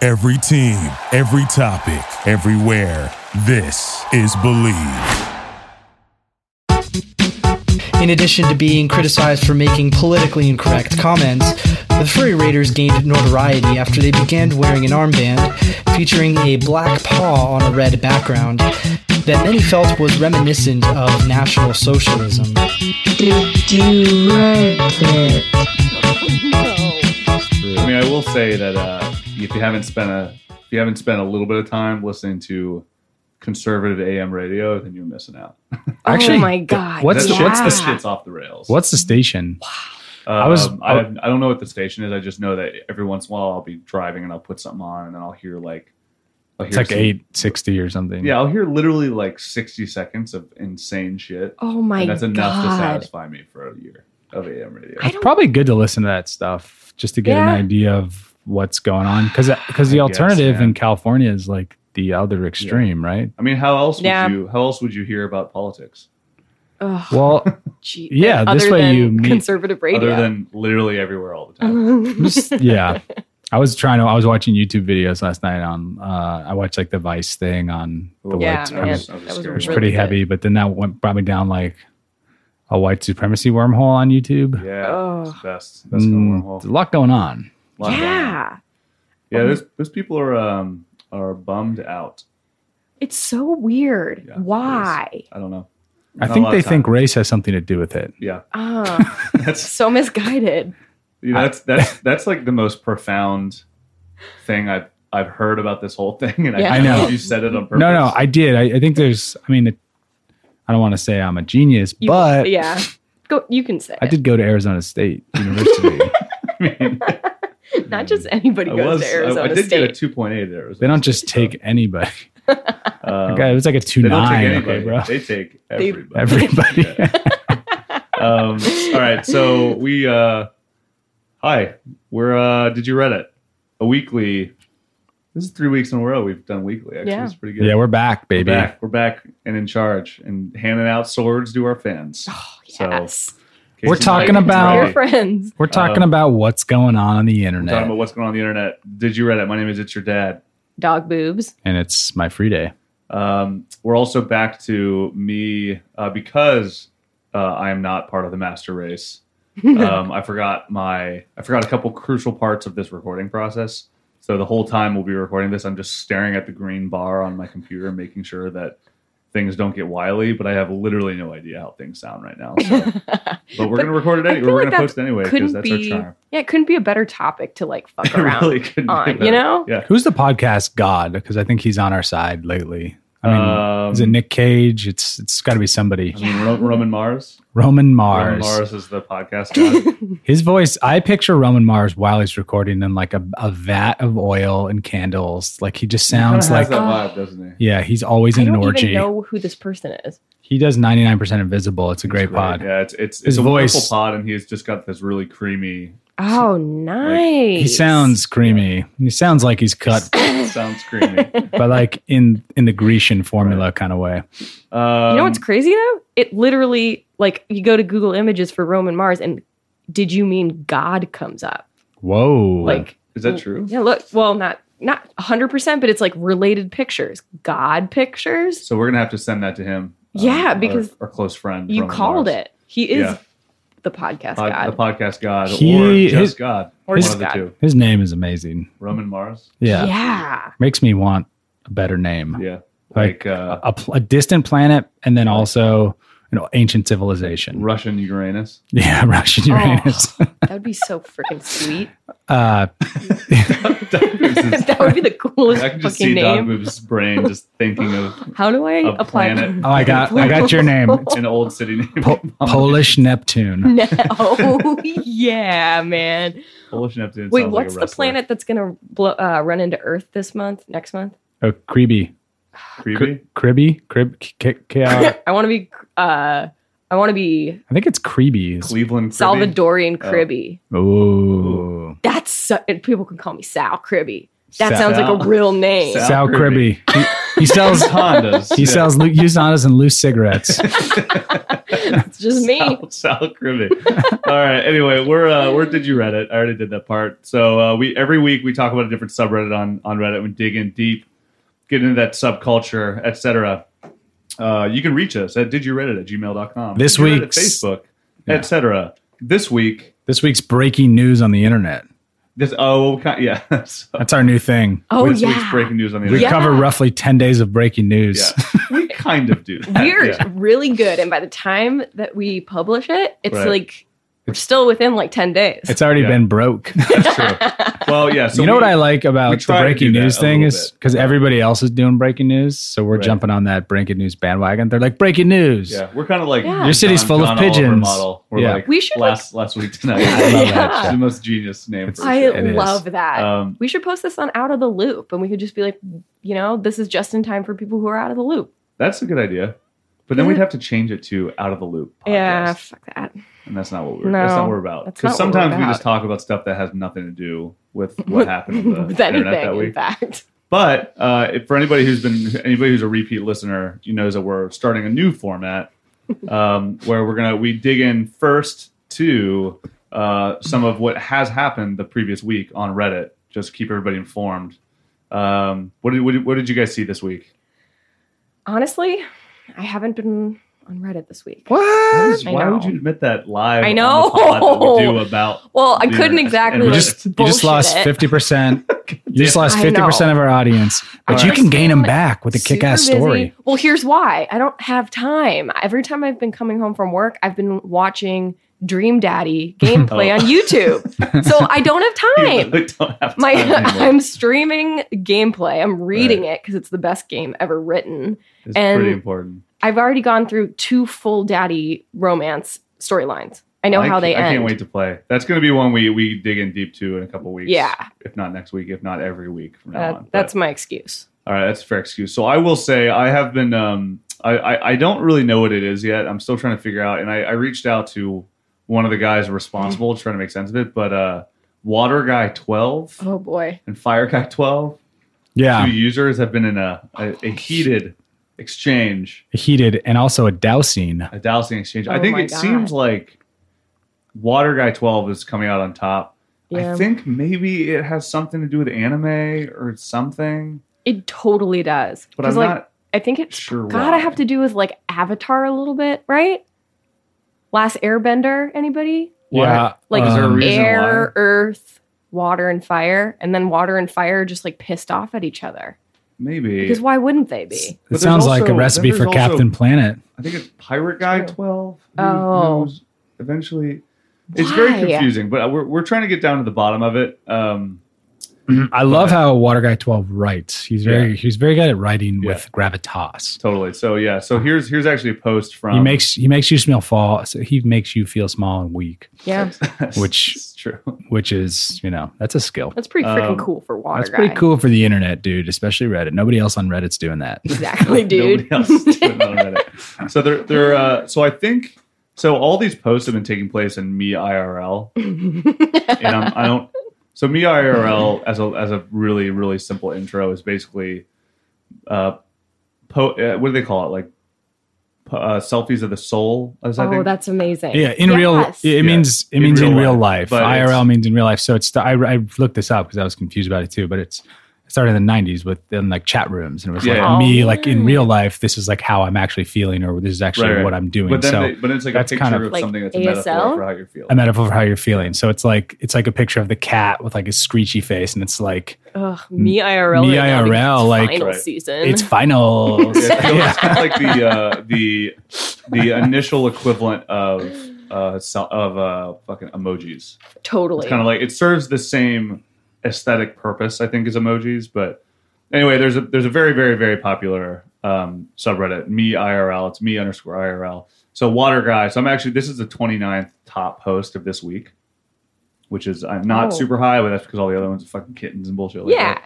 Every team, every topic, everywhere. This is Believe. In addition to being criticized for making politically incorrect comments, the Furry Raiders gained notoriety after they began wearing an armband featuring a black paw on a red background that many felt was reminiscent of National Socialism. I mean, I will say that uh, if you haven't spent a if you haven't spent a little bit of time listening to conservative AM radio, then you're missing out. oh Actually, my god! what's That the- what's the shit- s- that shit's off the rails? What's the station? I was- was I, I don't know what the station is. I just know that every once in a while I'll be driving and I'll put something on and then I'll hear like I'll It's like some- eight sixty or something. Yeah, I'll hear literally like sixty seconds of insane shit. Oh my and that's enough to god! satisfy me for a year of AM radio. I don't- probably good to listen to that stuff just to get Yeah. an idea of what's going on because the I guess, alternative yeah. in California is like the other extreme, right? I mean, how else would Yeah. you how else would you hear about politics Ugh, Well, gee. yeah, Other this way than you meet- conservative radio. other than literally everywhere all the time? just- yeah. I was trying to. I was watching YouTube videos last night on. Uh, I watched like the Vice thing on the Yeah, white man, supremacy. that was scared. a It was really pretty good. heavy, but then that went brought me down like a white supremacy wormhole on YouTube. Yeah, Oh. it's the best. That's the Mm, wormhole. there's a lot going on. Lot going on. yeah, Yeah, those those people are um are bummed out. it's so weird. Yeah, it is. Why? I don't know. I Not a think lot they of time. think race has something to do with it. Yeah, Ah, that's so misguided. you know, that's that's that's like the most profound thing I've I've heard about this whole thing, and Yeah. I I, don't know. if you said it on purpose. No, no, I did. I, I think there's. I mean, it, I don't want to say I'm a genius, You- but yeah, go. You can say I did go to Arizona State University. I mean, it. Not just anybody I goes was to I, Arizona I did State. get a two point eight there. they don't just take anybody. Um, Okay, it was like a two they don't take nine. anybody. Okay, bro. They take everybody. Everybody. Yeah. um, all right, so we uh, hi, we're uh, did you read it? A weekly. This is three weeks in a row we've done weekly. Actually, Yeah. it's pretty good. yeah, we're back, baby. We're back. We're back and in charge and handing out swords to our fans. Oh, So, yes. Casey's We're talking right. about- Your Right. friends. We're talking about what's going on on the We're Um, talking internet, about what's going on, on the internet. Did you read it? My name is It's Your Dad. Dog boobs. and it's my free day. Um, we're also back to me uh, because uh, I am not part of the master race. um, I forgot my I forgot a couple crucial parts of this recording process. So the whole time we'll be recording this, I'm just staring at the green bar on my computer, making sure that things don't get wily. But I have literally no idea how things sound right now. So. but we're But gonna record it I anyway. feel We're like gonna that post it anyway because couldn't that's be. our charm. Yeah, it couldn't be a better topic to like fuck It around. really couldn't be on, you better. know? Yeah. Who's the podcast god? Because I think he's on our side lately. I mean, Um, is it Nick Cage? It's it's got to be somebody. I mean, Ro- Roman Mars. Roman Roman Mars. Mars is the podcast guy. His voice, I picture Roman Mars while he's recording in like a, a vat of oil and candles. Like he just sounds Kinda like, has Oh. that vibe, doesn't he? yeah, he's always I in an don't orgy. even know who this person is. He does 99% invisible. It's a great pod. Yeah, it's it's, it's His a voice- wonderful pod, and he's just got this really creamy Oh, nice. He sounds creamy. He sounds like he's cut, sound screaming. Um, but like in in the Grecian formula kind of way. you um, know what's crazy though? It literally like you go to Google Images for Roman Mars, and did you mean God comes up? Whoa. Like mm, is that true? yeah, look. Well, not not hundred percent, but it's like related pictures, God pictures. So we're gonna have to send that to him. um, Yeah, our- because our, close friend You Roman called Mars. it. He is Yeah. the podcast Pod- God. the podcast god, He- or just his- God, Or one just of the God. two. his name is amazing. Roman Mars. Yeah. yeah. Makes me want a better name. Yeah, like, Like, uh, A, pl- a distant planet and then also an ancient civilization. Russian Uranus. Yeah, Russian Uranus. That would be so freaking sweet. uh, that would be the coolest I can just fucking see Don name. Boob's brain just thinking of How do I a apply? planet. oh, I got I got your name. It's an old city name. Po- Polish Neptune. No. yeah, man. Polish Neptune. Wait, sounds like a what's the wrestler. planet that's gonna blow, uh, run into Earth this month? Next month? Oh, Creeby. Creepy. Cribby? Crib? K- K- K- uh, I want to be. Uh, I want to be I think it's Creeby. It's- Cleveland. Cribby? Salvadorian Oh. Cribby. Ooh. That's so, and people can call me Sal Cribby. That Sal- sounds like Sal. a real name. Sal. Sal Cribby. Cribby. He- He sells Those Hondas. he Yeah. sells lu- used Hondas and loose cigarettes. It's just me. Sal, Sal Grimney. All right. Anyway, we're uh, we're did you Reddit? I already did that part. So uh, we every week we talk about a different subreddit on on Reddit. We dig in deep, get into that subculture, etc. Uh, you can reach us at did you Reddit at gmail.com. This Did You Reddit at week's- Facebook, Yeah. etc. This week, this week's breaking news on the internet. this oh ki- yeah, so That's our new thing. Oh this week's yeah. breaking news on the We internet. Yeah. cover roughly 10 days of breaking news. Yeah. we kind of do. that, We're yeah. really good, and by the time that we publish it, it's Right. like we're still within like ten days. It's already Yeah. been broke. That's true. Well, yeah. So you know we- what I like we about the try to breaking do that news a thing little is bit. because everybody else is doing breaking news. So we're Right. jumping on that breaking news bandwagon. They're like, breaking news. Yeah, we're kind of like Yeah. Your city's full of Oliver pigeons. Model. We're Yeah. like We should, last last week tonight. I love that Yeah. It's the most genius name. It's- For I sure. It is. love that. Um, we should post this on Out of the Loop, and we could just be like, you know, this is just in time for people who are out of the loop. that's a good idea, but then Is we'd it? have to change it to out of the loop. Podcast, Yeah, fuck that. and that's not what we're that's No, not what we're about. that's Because not what we're sometimes we just about. talk about stuff that has nothing to do with what happened on the With internet anything, that in week. fact. But uh, if for anybody who's been anybody who's a repeat listener, you knows that we're starting a new format um, where we're gonna we dig in first to uh, some of what has happened the previous week on Reddit. Just to keep everybody informed. Um, what did what did, what did you guys see this week? Honestly, I haven't been on Reddit this week. What? I Why know. would you admit that live? I on know. the pod that we do about Well, I The couldn't internet. exactly. And You we like, just, you just bullshit lost it. 50%. You just lost I know. 50% of our audience, but All you right. can gain them back with a Super kick ass busy. story. Well, here's why. I don't have time. Every time I've been coming home from work, I've been watching Dream Daddy gameplay Oh. on YouTube. so I don't have You time. really don't have My time anymore. I'm streaming gameplay. I'm reading it because it's the best game ever written. It's and- pretty important. I've already gone through two full daddy romance storylines. I know I how they ca- I end. can't wait to play. That's going to be one we we dig in deep to in a couple weeks. Yeah. if not next week, if not every week from now That- on. But- that's my excuse. all right. That's a fair excuse. So I will say I have been. Um, I, I I don't really know what it is yet. I'm still trying to figure out. And I, I reached out to one of the guys responsible trying to make sense of it. But uh, Water Guy 12 Oh boy. and Fire Guy 12, two Yeah. users have been in a a, a heated exchange Heated and also a dousing. a dousing exchange. I Oh think my it God. seems like Water Guy 12 is coming out on top. Yeah. I think maybe it has something to do with anime or something, It totally does. but 'Cause, I'm like not I think it's sure gotta why. have to do with like Avatar a little bit, right? Last Airbender, anybody? Why? Yeah. Like Is there a um, reason air, why? earth, water, and fire, and then water and fire just like pissed off at each other. maybe. Because why wouldn't they be? It there's sounds like also- a then recipe there's for also- Captain Planet. I think it's Pirate Guy True. 12. Oh. who's eventually. It's very Why? confusing, but we're, we're trying to get down to the bottom of it. Um, I love how Water Guy 12 writes. He's very he's very good at writing Yeah. with gravitas. totally. So yeah. So here's here's actually a post from He makes he makes you smell fall. So he makes you feel small and weak, Yeah. which- It's true. which is you know that's a skill. That's pretty freaking Um, cool for water That's guy. pretty cool for the internet, dude. Especially Reddit. Nobody else on Reddit's doing that. Exactly, dude. Nobody else is doing that on Reddit. so they're they're uh, so I think so all these posts have been taking place in me IRL, and I'm, I don't. So me IRL as a as a really really simple intro is basically, uh, po- uh what do they call it like, po- uh, selfies of the soul. As I oh, think that's amazing. Yeah, in real, it Yes. means it in means real in real life, life. but it's- IRL means in real life. So it's the, I, I looked this up because I was confused about it too. But it's it started in the '90s with in like chat rooms, and it was like Yeah. me, Oh, like in yeah. real life, this is like how I'm actually feeling, or this is actually Right, right. what I'm doing. but then so they, but it's like a that's picture kind of, of- Like something that's a ASL? metaphor for how you're feeling. a metaphor for how you're feeling. So it's like it's like a picture of the cat with like a screechy face, and it's like Ugh, me IRL. Me right now because IRL, it's like- final Right. season. it's finals. Yeah, it's Yeah. kind of like the uh, the the initial equivalent of uh, so- of uh, fucking emojis. totally. It's kind of like it serves the same aesthetic purpose, I think, as emojis. But anyway, there's a there's a very very very popular um, subreddit, me IRL. It's me underscore IRL. So water guy. So I'm actually this is the 29th top post of this week, which is I'm not Oh. super high, but that's because all the other ones are fucking kittens and bullshit. Like yeah.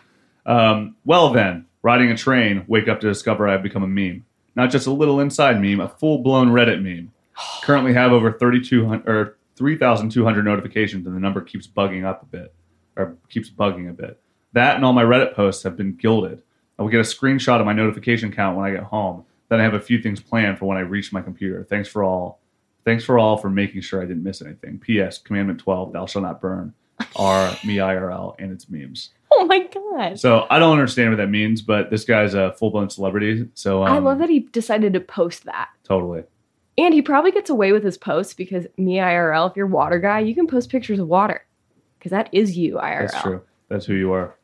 that. Um, well then, riding a train, wake up to discover I've become a meme. Not just a little inside meme, a full blown Reddit meme. Currently have over 3,200 or 3,200 notifications, and the number keeps bugging up a bit, or keeps bugging a bit. That and all my Reddit posts have been gilded. I will get a screenshot of my notification count when I get home. Then I have a few things planned for when I reach my computer. Thanks for all. Thanks for all for making sure I didn't miss anything. P.S. Commandment 12, thou shalt not burn, are me IRL and its memes. Oh my god. So I don't understand what that means, but this guy's a full blown celebrity. So um, I love that he decided to post that. Totally. And he probably gets away with his posts because me IRL, if you're a water guy, you can post pictures of water. Because that is you IRL. That's true. That's who you are.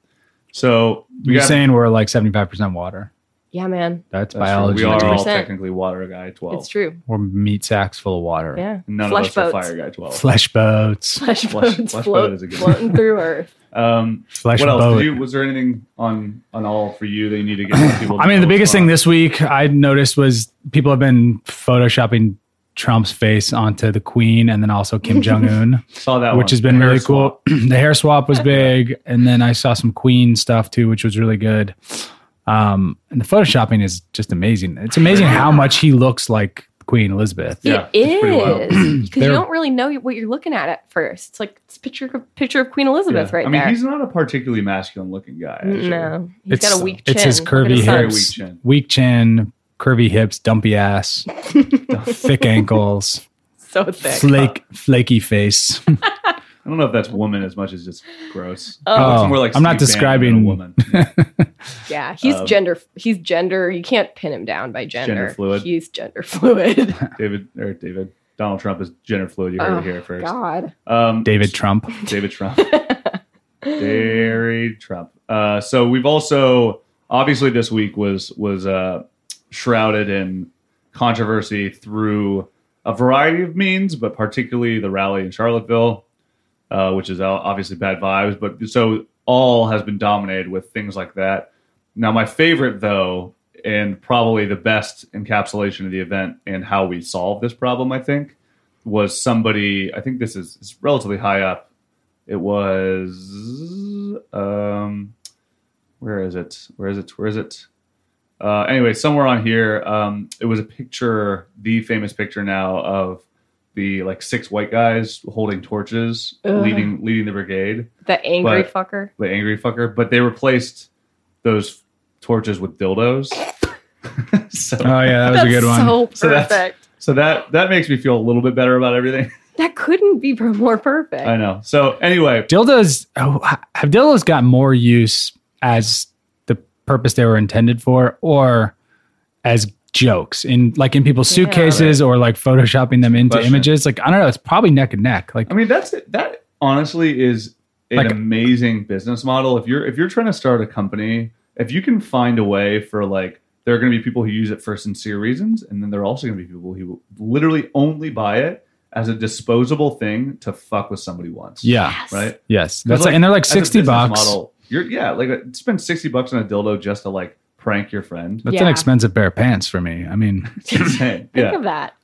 So we You're got- saying we're like 75% water. Yeah, man. That's, that's true. biology. We are all 100%. technically water guy 12. it's true. We're meat sacks full of water. Yeah. None Flesh of us boats. are fire guy 12. Flesh boats. Flesh, Flesh- boats flesh boat float, is a good one. floating through Earth. Um, Flesh what else? boat. Did you, was there anything on on all for you that you need to get more people? to I mean, know the biggest what's thing this week I noticed was people have been photoshopping Trump's face onto the Queen and then also Kim Jong Un, going on? saw that which one. has been Hair really swap. cool. the hair swap was big, and then I saw some Queen stuff too, which was really good. Um, and the photoshopping is just amazing. It's amazing how much he looks like Queen Elizabeth. Yeah, it it's pretty wild. is because you They're- don't really know what you're looking at at first. It's like it's picture picture of Queen Elizabeth Yeah. right I mean, there. he's not a particularly masculine looking guy. actually. no, he's It's- got a weak chin. it's his Look at curvy his son. Very hips. weak chin. Weak chin, curvy hips, dumpy ass, thick ankles, So thick. flake, flaky face. I don't know if that's woman as much as just gross. Oh. It's I'm not Steve Bannon than describing- a woman. Yeah. Yeah, he's Um, gender. He's gender. You can't pin him down by gender. Gender fluid. He's gender fluid. David or David Donald Trump is gender fluid. You heard Oh, it here first. God. Um, David Trump. David Trump. Very Trump. Uh, so we've also obviously this week was was uh, shrouded in controversy through a variety of means, but particularly the rally in Charlottesville, uh, which is o- obviously bad vibes. But so all has been dominated with things like that. Now, my favorite though, and probably the best encapsulation of the event and how we solved this problem, I think, was somebody. I think this is it's relatively high up. It was um, where is it? Where is it? Where is it? Uh, anyway, somewhere on here, um, it was a picture, the famous picture now of the like six white guys holding torches, Ugh. leading leading the brigade, That angry But- fucker. the angry fucker. But they replaced those torches with dildos. so, Oh yeah, that was a good one. So perfect. So that's- so that that makes me feel a little bit better about everything. that couldn't be more perfect. I know. So anyway, dildos oh, have dildos got more use as the purpose they were intended for, or as jokes in like in people's Yeah. suitcases or like photoshopping them into Question. images? Like I don't know, it's probably neck and neck. Like I mean, that's that. Honestly, is an Like- amazing business model. If you're if you're trying to start a company, if you can find a way for like, there are going to be people who use it for sincere reasons, and then there are also going to be people who literally only buy it as a disposable thing to fuck with somebody once. yeah, Yes. Right. yes, Because, that's like, and they're like as a sixty business bucks. Model, you're yeah, like uh, spend sixty bucks on a dildo just to like prank your friend. That's Yeah. an expensive pair of pants for me. I mean, It's insane. Think yeah. of that.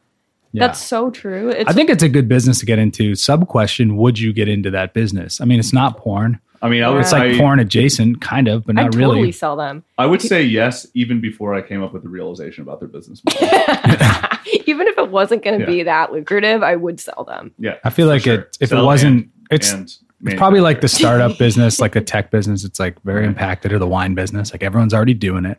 yeah. That's so true. It's I think it's a good business to get into. Sub question: Would you get into that business? I mean, it's not porn. I mean, I would It's like I- porn adjacent, kind of, but I not totally really. sell them. I would say yes, even before I came up with the realization about their business model. Even if it wasn't going to Yeah. be that lucrative, I would sell them. Yeah, I feel for like sure. it. If Sell it wasn't, and- it's and It's probably like the manufacture. startup business, like the tech business. It's like very impacted, or the wine business. Like everyone's already doing it.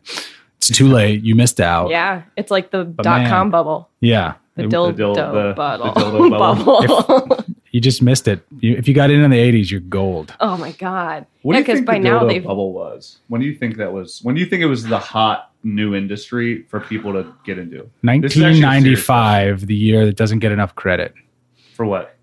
It's too late. You missed out. Yeah, it's like the man. dot com bubble, Yeah. the It- dildo dil- Oh. the- the bubble. dildo bubble. Bubble. you just missed it. You, if you got in in the 80s, you're gold. oh my god! What do you because think by the now dildo they've bubble was? When do you think that was? When do you think it was the hot new industry for people to get into? This is actually a serious 1995, the year that doesn't get enough credit question. For what?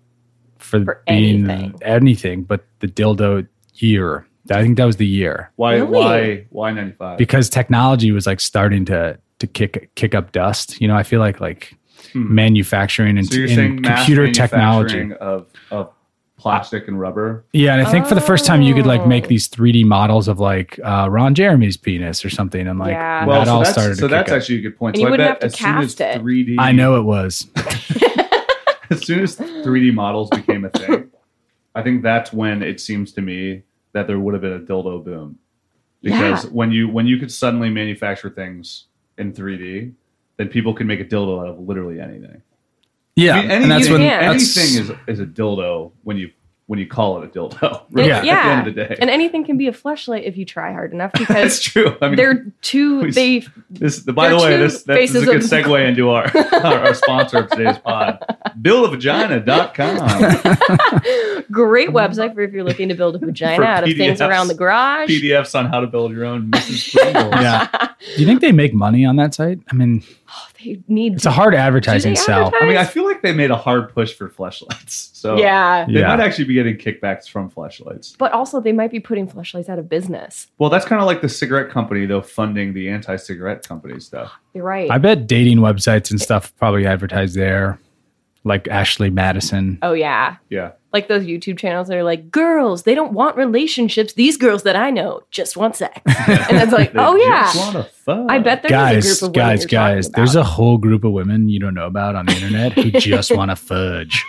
for, For being anything. anything but the dildo year. I think that was the year Why? Really? Why? Why 95? because technology was like starting to to kick kick up dust. You know, I feel like like Hmm. manufacturing and, so you're and saying mass computer technology. manufacturing of of plastic and rubber. Yeah, and I think for the first time you could like make Oh. these 3D models of like uh, Ron Jeremy's penis or something, and like Yeah. that Well, so all that's, started. so to that's kick up. actually a good point. And so you I wouldn't bet have as to soon as cast it. 3D, I know it was. as soon as 3D models became a thing, I think that's when it seems to me that there would have been a dildo boom. Because when you when you could suddenly manufacture things in 3D, then people could make a dildo out of literally anything. Yeah, I mean, any- and that's you when can. that's, anything is is a dildo when you when you call it a dildo. And- Really, At the end of the day, And anything can be a fleshlight if you try hard enough that's because true. I mean, they're too we- they This, There by the are way, two this, this is faces a good of- segue into our, our, our sponsor of today's pod, buildavagina.com. great website for if you're looking to build a vagina For out of things PDFs. around the garage. PDFs on how to build your own Mrs. Pringles. Yeah. Do you think they make money on that site? I mean, Oh, they need it's a hard advertising sell. advertise? I mean, I feel like they made a hard push for fleshlights. So yeah. they Yeah. might actually be getting kickbacks from fleshlights. But also, they might be putting flashlights out of business. Well, that's kind of like the cigarette company, though, funding the anti cigarette company stuff. You're right. I bet dating websites and stuff probably advertise there, like Ashley Madison. oh yeah, Yeah. like those YouTube channels that are like, "Girls, they don't want relationships. These girls that I know just want sex." And it's like, They "Oh yeah." just wanna fuck. I bet there's Oh, a guys, group of women guys, you're guys, talking there's about. a whole group of women you don't know about on the internet who just want to fudge.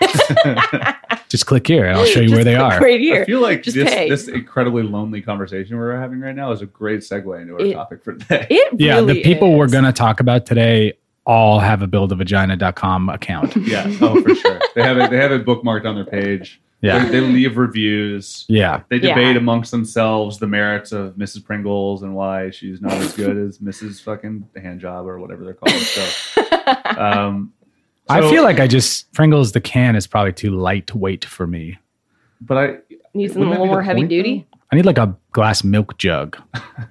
just click here and I'll show you Just where they click are. Right here. I feel like this, Just pay. this incredibly lonely conversation we're having right now is a great segue into our It- topic for today. it Yeah, really the people we're is. going to talk about today all have a buildavagina.com account. Yeah, oh for sure. They have it. They have it bookmarked on their page. Yeah. they, they leave reviews. Yeah. They Yeah. debate amongst themselves the merits of Mrs. Pringles and why she's not as good as Mrs. Fucking Handjob or whatever they're calling stuff. Um, I so- feel like I just, Pringles, the can is probably too lightweight for me. but I needs a Wouldn't that little be more the heavy point, duty. I need like a glass milk jug.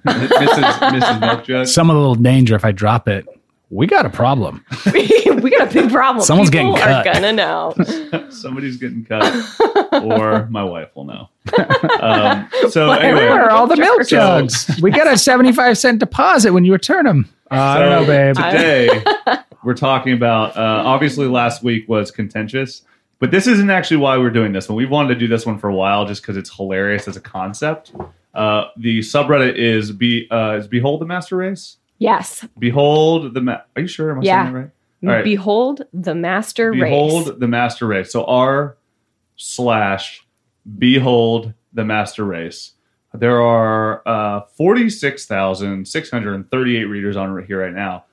Mrs. Mrs. Milk Jug. Some of the little danger if I drop it. We got a problem. we got a big problem. Someone's People getting are cut. gonna know. Somebody's getting cut, or my wife will know. Um, so Whatever. anyway, Where are all the milk So- jugs? We got a 75 cent deposit when you return them. I don't know, So babe. Today, we're talking about. Uh, obviously, last week was contentious, but this isn't actually why we're doing this one. We've wanted to do this one for a while, just because it's hilarious as a concept. Uh, the subreddit is be uh, is behold the master race. Yes. Behold the. Ma- Are you sure? Am I Yeah. saying that right? All right. Behold the master behold race. the master race. So r slash behold the master race. There are uh, forty six thousand six hundred and thirty eight readers on here right now.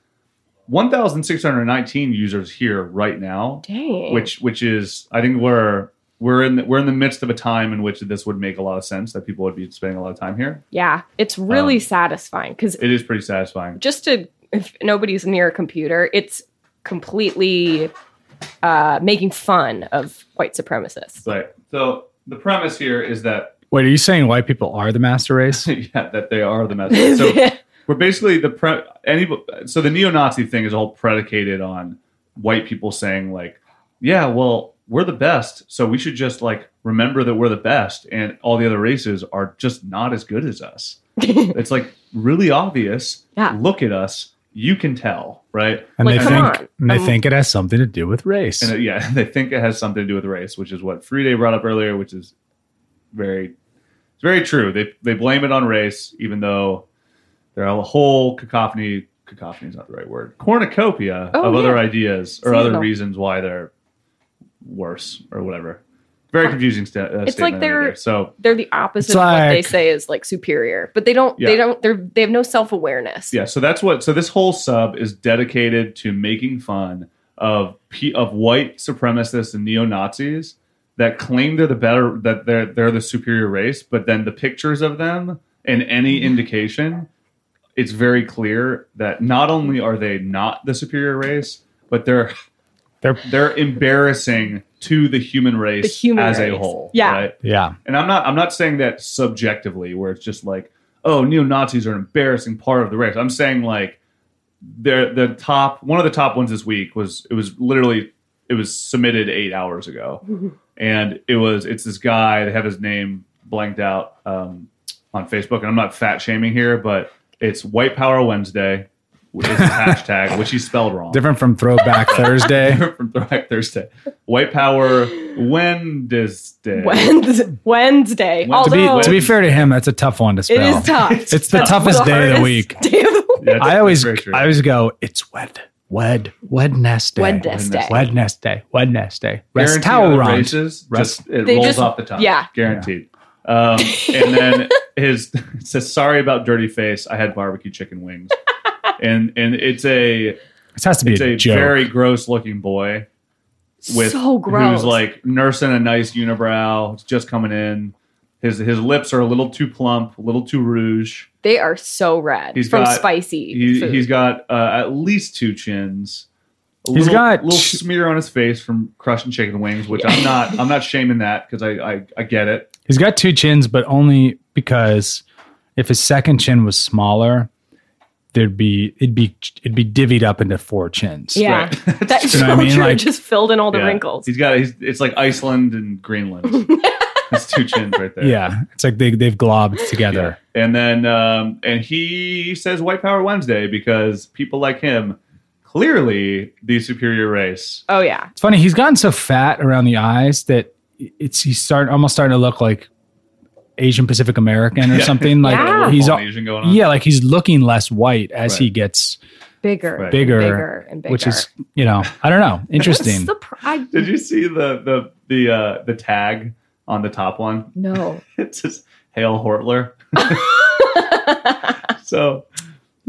One thousand six hundred nineteen users here right now, Dang. which which is I think we're we're in the, we're in the midst of a time in which this would make a lot of sense that people would be spending a lot of time here. yeah, it's really Um, satisfying because It is pretty satisfying. just to if nobody's near a computer, it's completely uh, making fun of white supremacists. Right. So the premise here is that Wait, are you saying white people are the master race? yeah that they are the master. race. So We're basically the pre any so the neo-Nazi thing is all predicated on white people saying like, yeah, well, we're the best, so we should just like remember that we're the best, and all the other races are just not as good as us. it's like really obvious. Yeah. Look at us. You can tell, right? And Like, they come think on. and they Um, think it has something to do with race. And uh, yeah, they think it has something to do with race, which is what Friday brought up earlier, which is very, it's very true. They they blame it on race, even though there are a whole cacophony. Cacophony is not the right word. Cornucopia Oh, of other yeah. ideas or Seasonal. other reasons why they're worse or whatever. Very confusing sta- uh, It's statement like they're- right there. so They're the opposite It's of what they like- say is like superior, but they don't. Yeah. They don't. They're they have no self awareness. Yeah, so that's what. So this whole sub is dedicated to making fun of P, of white supremacists and neo Nazis that claim they're the better that they're they're the superior race, but then the pictures of them and Mm-hmm. any indication, it's very clear that not only are they not the superior race, but they're They're- they're embarrassing to the human race The human as a race. whole. Yeah. right? yeah. and I'm not I'm not saying that subjectively where it's just like oh neo Nazis are an embarrassing part of the race. I'm saying like they're the top one of the top ones this week was it was literally it was submitted eight hours ago, and it was it's this guy they have his name blanked out um, on Facebook, and I'm not fat shaming here, but it's White Power Wednesday. Is the hashtag which he spelled wrong Different from Throwback Thursday. from Throwback Thursday. White Power Wednesday. Wednesday. Wednesday. To be- To be, Although to be fair to him, that's a tough one to it spell. is tough. It's the toughest day of the hardest week. Day of the week. Yeah, that's- I that's always very true. I always go, it's wed. Wed. Wednesday. Wednesday. Wednesday. Wednesday. guarantee other Restaurant. races, Rest- just, it They rolls just- off the top. yeah. guaranteed. Um, and then his it says, "Sorry about dirty face. I had barbecue chicken wings." and and it's a This has to be it's a, a joke. very gross looking boy with So gross. who's like nursing a nice unibrow, it's just coming in. His his lips are a little too plump, a little too rouge. They are so rad He's from got- spicy. He, food. he's got uh, at least two chins. A He's little, got little ch- smear on his face from crushing chicken wings, which I'm not. I'm not shaming that because I, I I get it. He's got two chins, but only because if his second chin was smaller, there'd be it'd be it'd be divvied up into four chins. yeah, Right. that's You know so what I mean? true. Like- just filled in all the Yeah. wrinkles. He's got. He's, it's like Iceland and Greenland. It's two chins right there. Yeah, it's like they they've globbed together. And then um, and he says White Power Wednesday because people like him, clearly the superior race. Oh yeah, It's funny he's gotten so fat around the eyes that it's he's start almost starting to look like Asian Pacific American or Yeah. something. Like Yeah. Little he's all, Polynesian going on. yeah, like he's looking less white as he Right. gets bigger, Right. bigger, bigger, and bigger. which is you know I don't know What's interesting. the pr- I Did you see the the the uh, the tag on the top one? no. It says Hail Hortler. so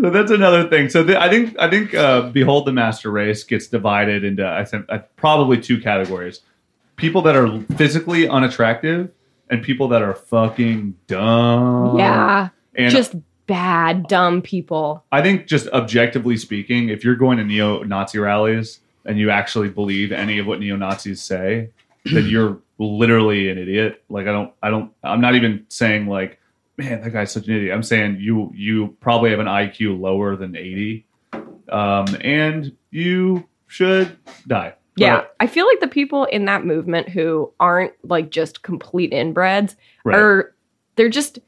so that's another thing so the, i think i think uh, behold the master race gets divided into i think uh, probably two categories people that are physically unattractive and people that are fucking dumb yeah, and just bad, dumb people. i think just objectively speaking if you're going to neo-nazi rallies and you actually believe any of what neo-nazis say then you're literally an idiot like i don't i don't i'm not even saying like man that guy's such an idiot i'm saying you you probably have an iq lower than 80 um, and you should die Yeah, But- I feel like the people in that movement who aren't like just complete inbreds right. are they're just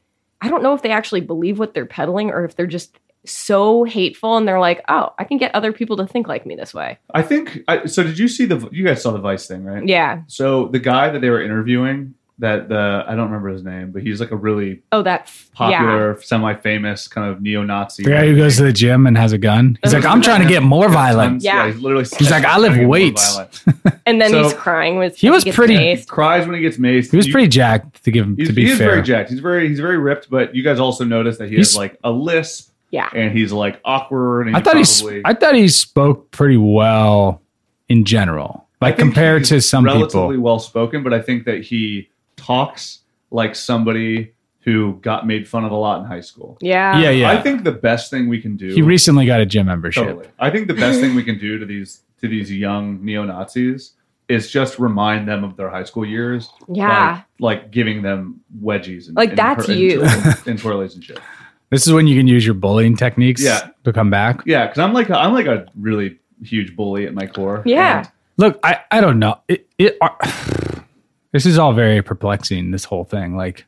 I don't know if they actually believe what they're peddling or if they're just so hateful and they're like, "Oh, I can get other people to think like me this way." i think I, so did you see the you guys saw the vice thing right Yeah. so the guy that they were interviewing that the i don't remember his name but he's like a really Oh, that's Yeah. popular, semi-famous kind of neo-Nazi. the guy who goes to the gym and has a gun. He's like, I'm trying to get more violent. Yeah. he's literally. He's like, I Trying lift to get more weights. violent. And then So- he's crying with He was gets pretty- maced. Cries when he gets maced. He was You- pretty jacked to give him He's, to be he is fair. very jacked. He's very he's very ripped, but you guys also notice that he He's- has like a lisp Yeah. and he's like awkward. And I he thought he s- probably, I thought he spoke pretty well in general, like I think compared he's to some relatively people. well spoken, but I think that he talks like somebody who got made fun of a lot in high school. Yeah. yeah, yeah. I think the best thing we can do. he recently got a gym membership. Totally. I think the best thing we can do to these to these young neo Nazis is just remind them of their high school years. Yeah. Like, like giving them wedgies and Like, and that's and- you. and twirlies and shit. This is when you can use your bullying techniques Yeah. to come back. Yeah, because I'm like a, I'm like a really huge bully at my core. Yeah. And Look, I, I don't know. It, it are, this is all very perplexing. This whole thing, like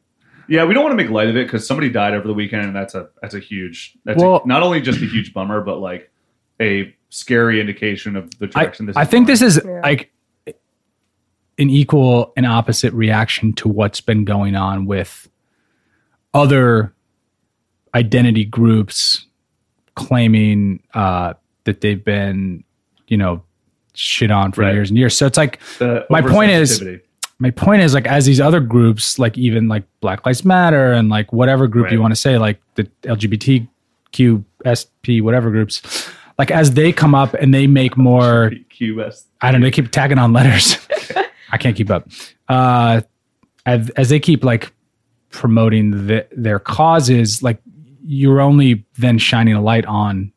yeah, we don't want to make light of it because somebody died over the weekend, and that's a that's a huge that's Well- a, not only just a huge bummer, but like a scary indication of the I, direction this. I is think going. this is Yeah. like an equal and opposite reaction to what's been going on with other identity groups claiming uh, that they've been, you know, shit on for Right. years and years. So it's like The my point is- oversensitivity. my point is like as these other groups like even like black lives matter and like whatever group you Right. want to say like the lgbtq sp whatever groups like as they come up and they make more QS. i don't know they keep tagging on letters i can't keep up uh as, as they keep like promoting the, their causes like you're only then shining a light on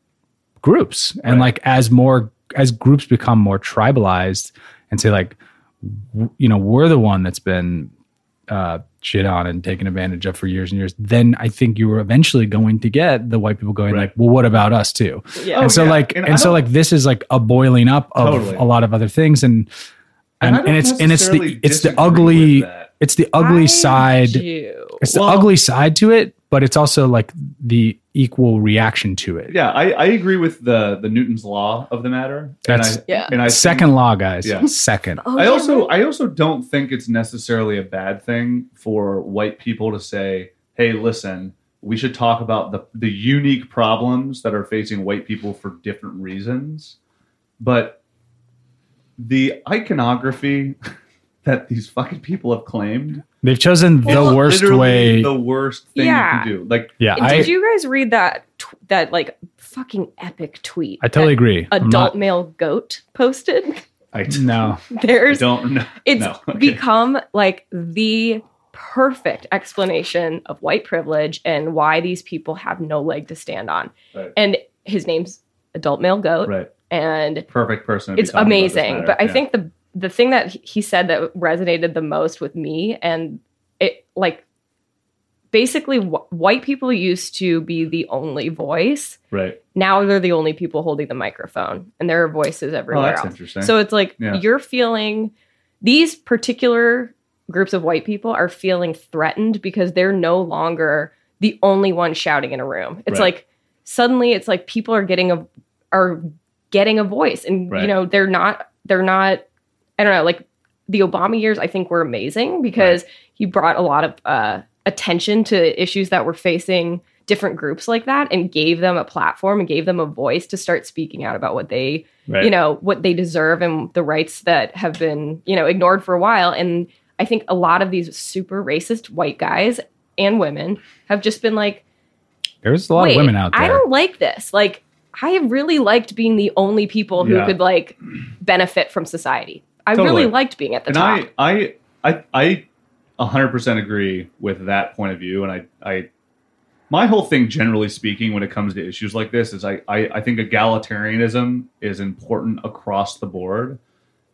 groups and Right. like as more as groups become more tribalized and say like w- you know we're the one that's been uh shit on and taken advantage of for years and years then i think you were eventually going to get the white people going Right. like well what about us too Yeah. and Oh, so yeah. like And and, I so don't- like this is like a boiling up of Totally. a lot of other things and And and, I and don't it's and it's the necessarily it's the disagree ugly with that. it's the ugly I side do. it's Well- the ugly side to it but it's also like the equal reaction to it Yeah, I, I agree with the the Newton's law of the matter. That's- and I, Yeah. And I think- second law guys Yeah. second Oh, I yeah, also right. I also don't think it's necessarily a bad thing for white people to say, "Hey, listen, we should talk about the the unique problems that are facing white people for different reasons." But the iconography that these fucking people have claimed they've chosen is the worst literally way the worst thing Yeah. you can do. Like yeah Did i you guys read that tw- that like fucking epic tweet? i that totally agree I'm Adult not- male goat posted. I d- No. I There's don't know. it's no. Okay. become like the perfect explanation of white privilege and why these people have no leg to stand on. Right. And his name's adult male goat, right. and Perfect person. to be it's talking about this amazing. matter. But I Yeah. think the the thing that he- he said that resonated the most with me and it like basically wh- white people used to be the only voice. right. Now they're the only people holding the microphone and there are voices Oh, everywhere that's else. interesting. So it's like Yeah. you're feeling these particular groups of white people are feeling threatened because they're no longer the only one shouting in a room. It's Right. like suddenly it's like people are getting a are getting a voice and Right. you know they're not they're not I don't know like the Obama years I think were amazing because he brought a lot of uh attention to issues that were facing different groups like that and gave them a platform and gave them a voice to start speaking out about what they right. you know what they deserve and the rights that have been you know ignored for a while and i think a lot of these super racist white guys and women have just been like There's a lot Wait, of women out i there. don't like this like i really liked being the only people who Yeah. could like benefit from society i Totally. really liked being at the and top I, I, I, I, a hundred percent agree with that point of view. And I, I, my whole thing, generally speaking, when it comes to issues like this, is I, I, I think egalitarianism is important across the board,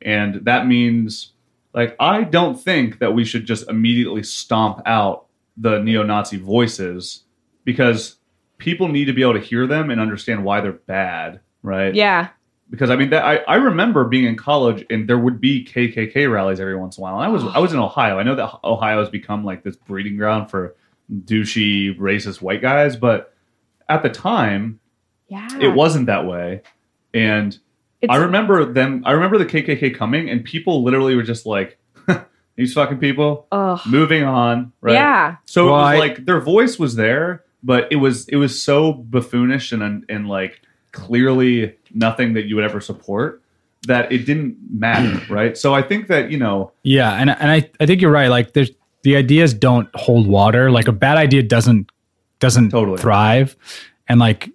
and that means like I don't think that we should just immediately stomp out the neo-Nazi voices because people need to be able to hear them and understand why they're bad, right? yeah because I mean that I, I remember being in college and there would be KKK rallies every once in a while. And I Oh. was I was in Ohio. I know that Ohio has become like this breeding ground for douchey racist white guys, but at the time yeah it wasn't that way. And It's- I remember them. I remember the KKK coming and people literally were just like, "These fucking people." Ugh. Moving on, right? yeah So Well, it was I- like their voice was there, but it was it was so buffoonish and and like clearly nothing that you would ever support that it didn't matter, right? So I think that you know, Yeah, and and I, I think you're right. Like there's the ideas don't hold water. Like a bad idea doesn't doesn't Totally. thrive. And like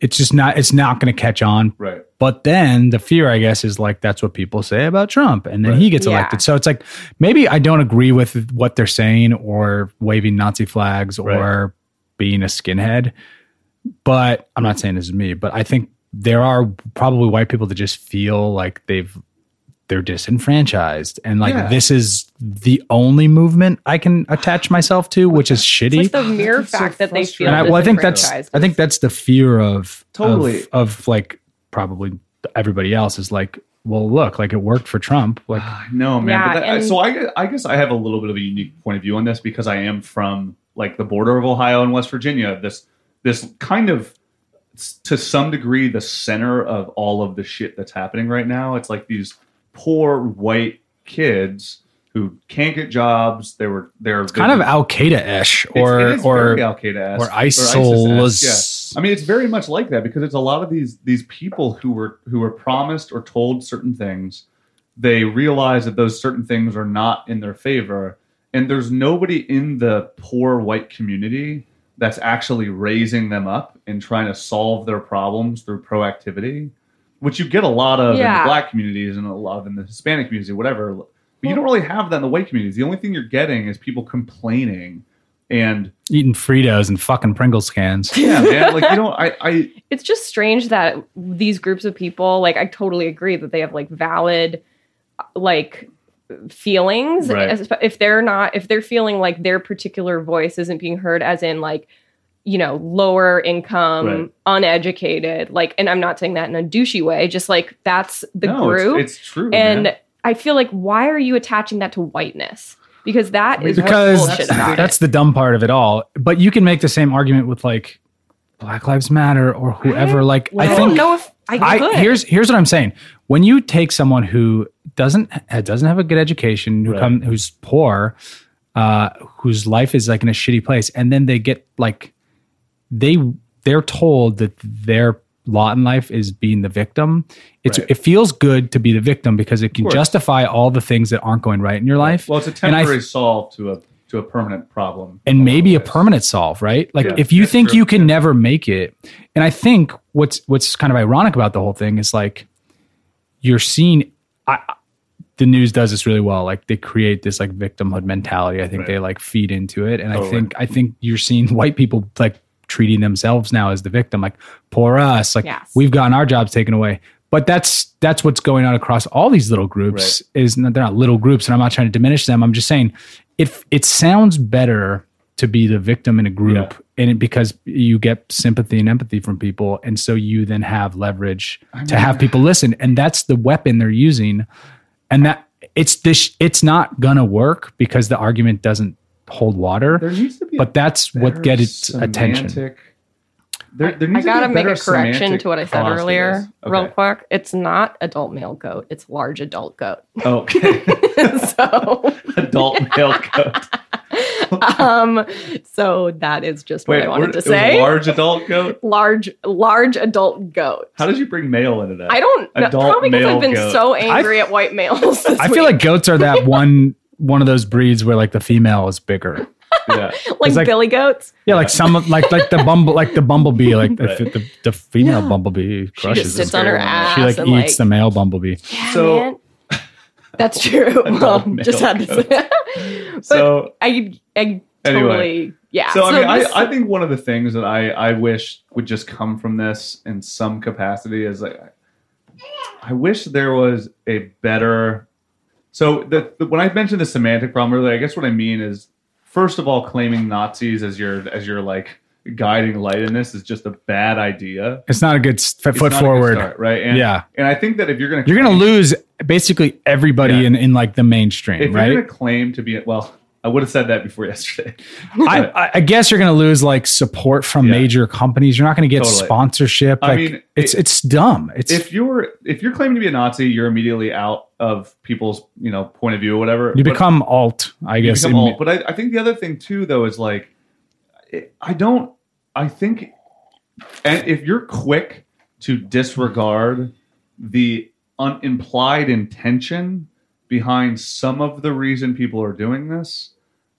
it's just not it's not gonna catch on. right? But then the fear, I guess, is like that's what people say about Trump. And then Right. he gets Yeah. elected. So it's like maybe I don't agree with what they're saying or waving Nazi flags or being a skinhead. But I'm not saying this is me, but I think there are probably white people that just feel like they've they're disenfranchised and like Yeah. this is the only movement I can attach myself to, which is it's shitty. like the mere that's so fact that they feel and I, well, I think that's disenfranchised. I think that's the fear of Totally. of, of like probably everybody else is like, well, look, like it worked for Trump, like I know, man. Yeah, but that, and- so I gu- I guess I have a little bit of a unique point of view on this because I am from like the border of Ohio and West Virginia. This this kind of s- to some degree the center of all of the shit that's happening right now. It's like these poor white kids who can't get jobs. They were they're kind of Al Qaeda ish or it's, it is very or Al Qaeda or ISIL. I mean, it's very much like that because it's a lot of these these people who were who were promised or told certain things. They realize that those certain things are not in their favor, and there's nobody in the poor white community that's actually raising them up and trying to solve their problems through proactivity, which you get a lot of in Yeah. the black communities and a lot of in the Hispanic community, whatever. But you don't really have that in the white communities. The only thing you're getting is people complaining, and eating Fritos and fucking Pringles cans. yeah, man, like you don't. I, I it's just strange that these groups of people like i totally agree that they have like valid like feelings Right. As- if they're not if they're feeling like their particular voice isn't being heard as in like you know lower income Right. uneducated like and i'm not saying that in a douchey way just like that's the no, it's- group It's, true, and man. i feel like why are you attaching that to whiteness because that is because what's bullshit about that's it. the dumb part of it all. But you can make the same argument with like Black Lives Matter or whoever. Like I, I don't think know if i, could. I here's here's what I'm saying. When you take someone who doesn't ha- doesn't have a good education, who Right. come who's poor, uh, whose life is like in a shitty place, and then they get like they they're told that their lot in life is being the victim. It's Right. it feels good to be the victim because it can course. justify all the things that aren't going right in your life. well, it's a and I- temporary solve to a to a permanent problem, and maybe a Oh, Yes. permanent solve, right? Like Yeah, if you that's think true. you can never make it, and I think what's what's kind of ironic about the whole thing is like you're seeing I, the news does this really well. Like they create this like victimhood mentality. I think Right. they like feed into it, and I Totally. think I think you're seeing white people like treating themselves now as the victim. Like poor us. Like Yes. we've gotten our jobs taken away. But that's that's what's going on across all these little groups. Is not, they're not little groups, and I'm not trying to diminish them. I'm just saying, if it sounds better to be the victim in a group, and it, because you get sympathy and empathy from people, and so you then have leverage to have people listen, and that's the weapon they're using and that it's this it's not gonna work because the argument doesn't hold water There needs to be. a but that's what better gets attention semantic- There, there I needs to be gotta make better a correction semantic to what I said cost to earlier, this. real Okay. quick. It's not adult male goat; it's large adult goat. Oh, okay. so, adult male goat. um, so that is just what Wait, I wanted we're- to it was say. Large, large adult goat. large, adult goat. How did you bring male into that? I don't know. Adult Probably because I've male been goat. so angry at white males. this i feel week. like goats are that one one of those breeds where like the female is bigger Yeah. like, like- billy goats. yeah like some like like the bumble like the bumblebee like the, Right. the, the female Yeah. bumblebee She crushes just sits them. on her ass ass. she like and eats the like, male bumblebee Yeah, So- man. that's true. Adult Um, just male had to say. but So I, I Anyway. totally, yeah. So, I mean, this- I, I think one of the things that I, I wish would just come from this in some capacity is like, I wish there was a better. So, the, the- when I mentioned the semantic problem earlier, I guess what I mean is, first of all, claiming Nazis as your as your like guiding light in this is just a bad idea. it's not a good s- f- It's foot not a good forward start, right? And, Yeah. and I think that if you're gonna you're gonna claim- lose basically everybody Yeah. in in like the mainstream if right you're gonna claim to be well, I would have said that before yesterday. I, But- I- I guess you're going to lose like support from Yeah. major companies. You're not going to get Totally. sponsorship. I Like, mean, it's it- it's dumb. It's if you're if you're claiming to be a Nazi, you're immediately out of people's you know point of view or whatever. you But- become alt. I you guess become in- old. But I, I think the other thing too, though, is like I- I don't. I think, and if you're quick to disregard the un- implied intention behind some of the reason people are doing this,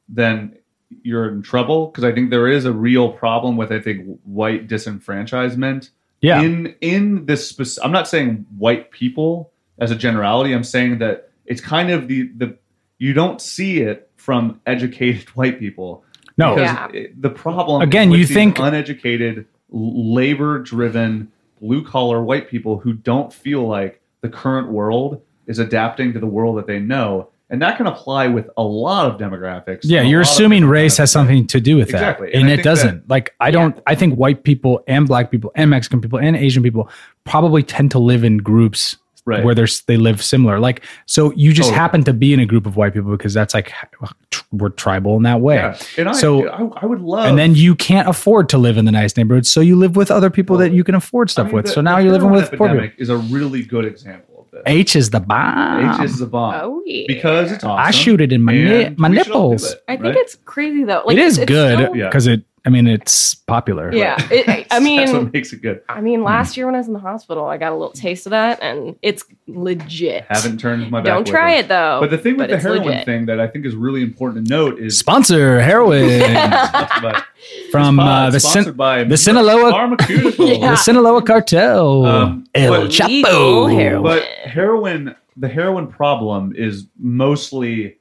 then you're in trouble because I think there is a real problem with I think white disenfranchisement yeah. in in this spec- i'm not saying white people as a generality i'm saying that it's kind of the the you don't see it from educated white people no, because Yeah. it- the problem Again, with you these think- uneducated labor driven blue collar white people who don't feel like the current world is adapting to the world that they know and that can apply with a lot of demographics yeah. and a You're lot of assuming race demographics. has something to do with Exactly. that, And and, I it think that- doesn't. like, I don't. I think white people and black people and Mexican people and Asian people probably tend to live in groups Right. where there's they live similar. Like, so you just Totally. happen to be in a group of white people because that's like tr- we're tribal in that way. yeah. and I, So- I, I would love and then you can't afford to live in the nice neighborhoods, so you live with other people that you can I afford stuff mean, with. the- So now the you're living heroin with poor people. epidemic is a really good example of this H is the H bomb. is the bomb. oh yeah. Because it's awesome. Ah. I shoot it in my ni- and my we should all do nipples. it, I right? think it's crazy though. Like it is good still- Yeah. because it. I mean, it's popular. yeah. It- I- I That's mean, what makes it good. I mean, last year when I was in the hospital, I got a little taste of that, and it's legit. Haven't turned my back. Don't try it though. But the thing with the it's heroin legit. thing that I think is really important to note is Sponsor heroin sponsored by- from uh, the sponsored Sin- by the Sinaloa- Pharmaceuticals. the Yeah. Sinaloa cartel. Um, El but- Legal Chapo. heroin. But heroin, the heroin problem is mostly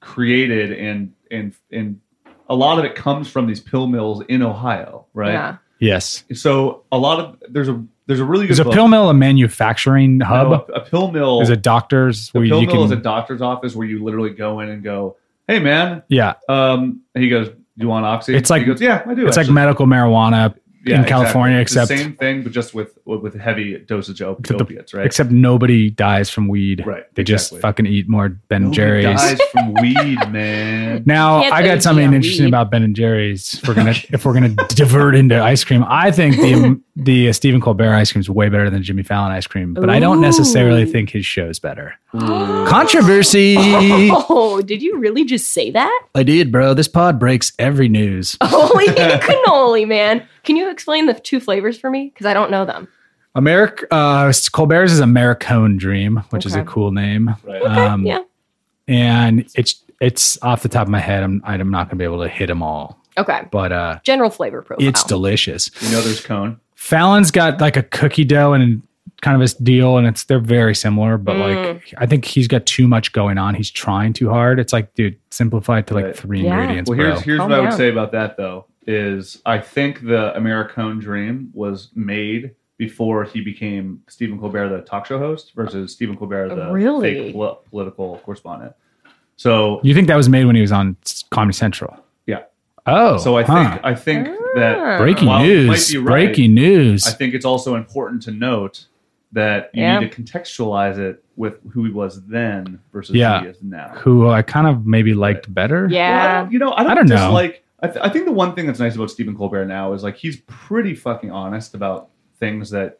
created and and and a lot of it comes from these pill mills in Ohio, right? Yeah. Yes, So a lot of there's a there's a really good is a book. pill mill a manufacturing hub? No, a pill mill is it doctors The where pill you mill can? is a doctor's office where you literally go in and go, "Hey, man," yeah, um, and he goes, "Do you want oxy?" It's like- he goes, "Yeah, I do." it's like actually." medical marijuana Yeah, in exactly. California, It's the except same thing, but just with with, with heavy dosage of Except the- opiates, right? Except nobody dies from weed. Right, They exactly. just fucking eat more Ben and Nobody Jerry's. dies from weed, man. Now Can't I they got something be on interesting weed? about Ben and Jerry's. If we're gonna if we're gonna divert into ice cream, I think the the uh, Stephen Colbert ice cream is way better than Jimmy Fallon ice cream, but I don't necessarily Ooh. think his show's better. Ooh. Controversy. Oh, did you really just say that? I did, bro. This pod breaks every news. Holy cannoli, man! Can you explain the two flavors for me? Because I don't know them. America uh, Colbert's is Americone Dream, which is a Okay. cool name. Right. Okay, Um, yeah. And it's it's off the top of my head. I'm I'm not gonna be able to hit them all, Okay. but uh, Oh, General flavor profile. it's delicious. You know, there's cone. Fallon's got like a cookie dough and kind of a deal, and it's they're very similar. But Mm. like, I think he's got too much going on. He's trying too hard. It's like, dude, simplify it to like Right. three Yeah. ingredients, Well, bro. here's here's Calm what I would down. say about that though is I think the Americone Dream was made before he became Stephen Colbert, the talk show host, versus Stephen Colbert, the Really? fake pol- political correspondent. So you think that was made when he was on S- Comedy Central? Yeah. Oh, so I huh. think I think that Ah. breaking while it might news. be right, breaking news. I think it's also important to note that you Yeah. need to contextualize it with who he was then versus Yeah. who he is now. who I kind of maybe liked better. Well, I Yeah. don't- you know, I don't, I don't know. dislike- I, th- I think the one thing that's nice about Stephen Colbert now is like he's pretty fucking honest about things that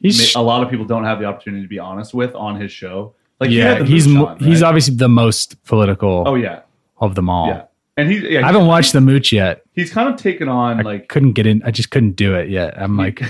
He's ma- a lot of people don't have the opportunity to be honest with on his show. Like he had yeah, the he's Moonshot, mo- right? he's obviously the most political oh yeah, of them all. yeah, and he yeah, I haven't watched the mooch yet. he's kind of taken on I like couldn't get in. I just couldn't do it yet. I'm like,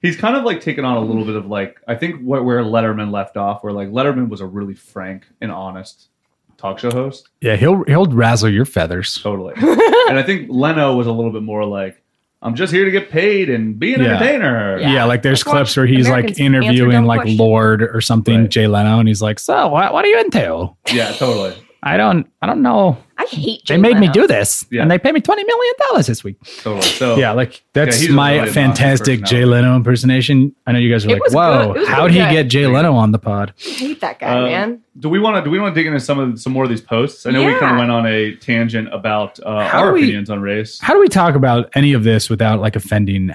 he's kind of like taken on a little bit of like I think what where Letterman left off, where like Letterman was a really frank and honest talk show host. yeah, he'll he'll razzle your feathers. Totally. and I think Leno was a little bit more like, I'm just here to get paid and be an Yeah. entertainer. Yeah, Yeah. like there's That's why clips where he's like Americans answer dumb interviewing like questions. Lord or something, Right. Jay Leno, and he's like, "So what? What are you into? Yeah, totally. I don't, I don't know. I hate. They Jay made me Leno. do this, Yeah. and they paid me twenty million dollars this week. Totally. So yeah, like that's Oh. he's a my really fantastic obnoxious Jay Leno impersonation. I know you guys are It like, was "Whoa, good. It was how did really he good. get Jay Leno on the pod?" I hate that guy, Um, man. do we want to do we want to dig into some of some more of these posts? I know we Yeah. kind of went on a tangent about uh, How our do we- opinions on race. How do we talk about any of this without like offending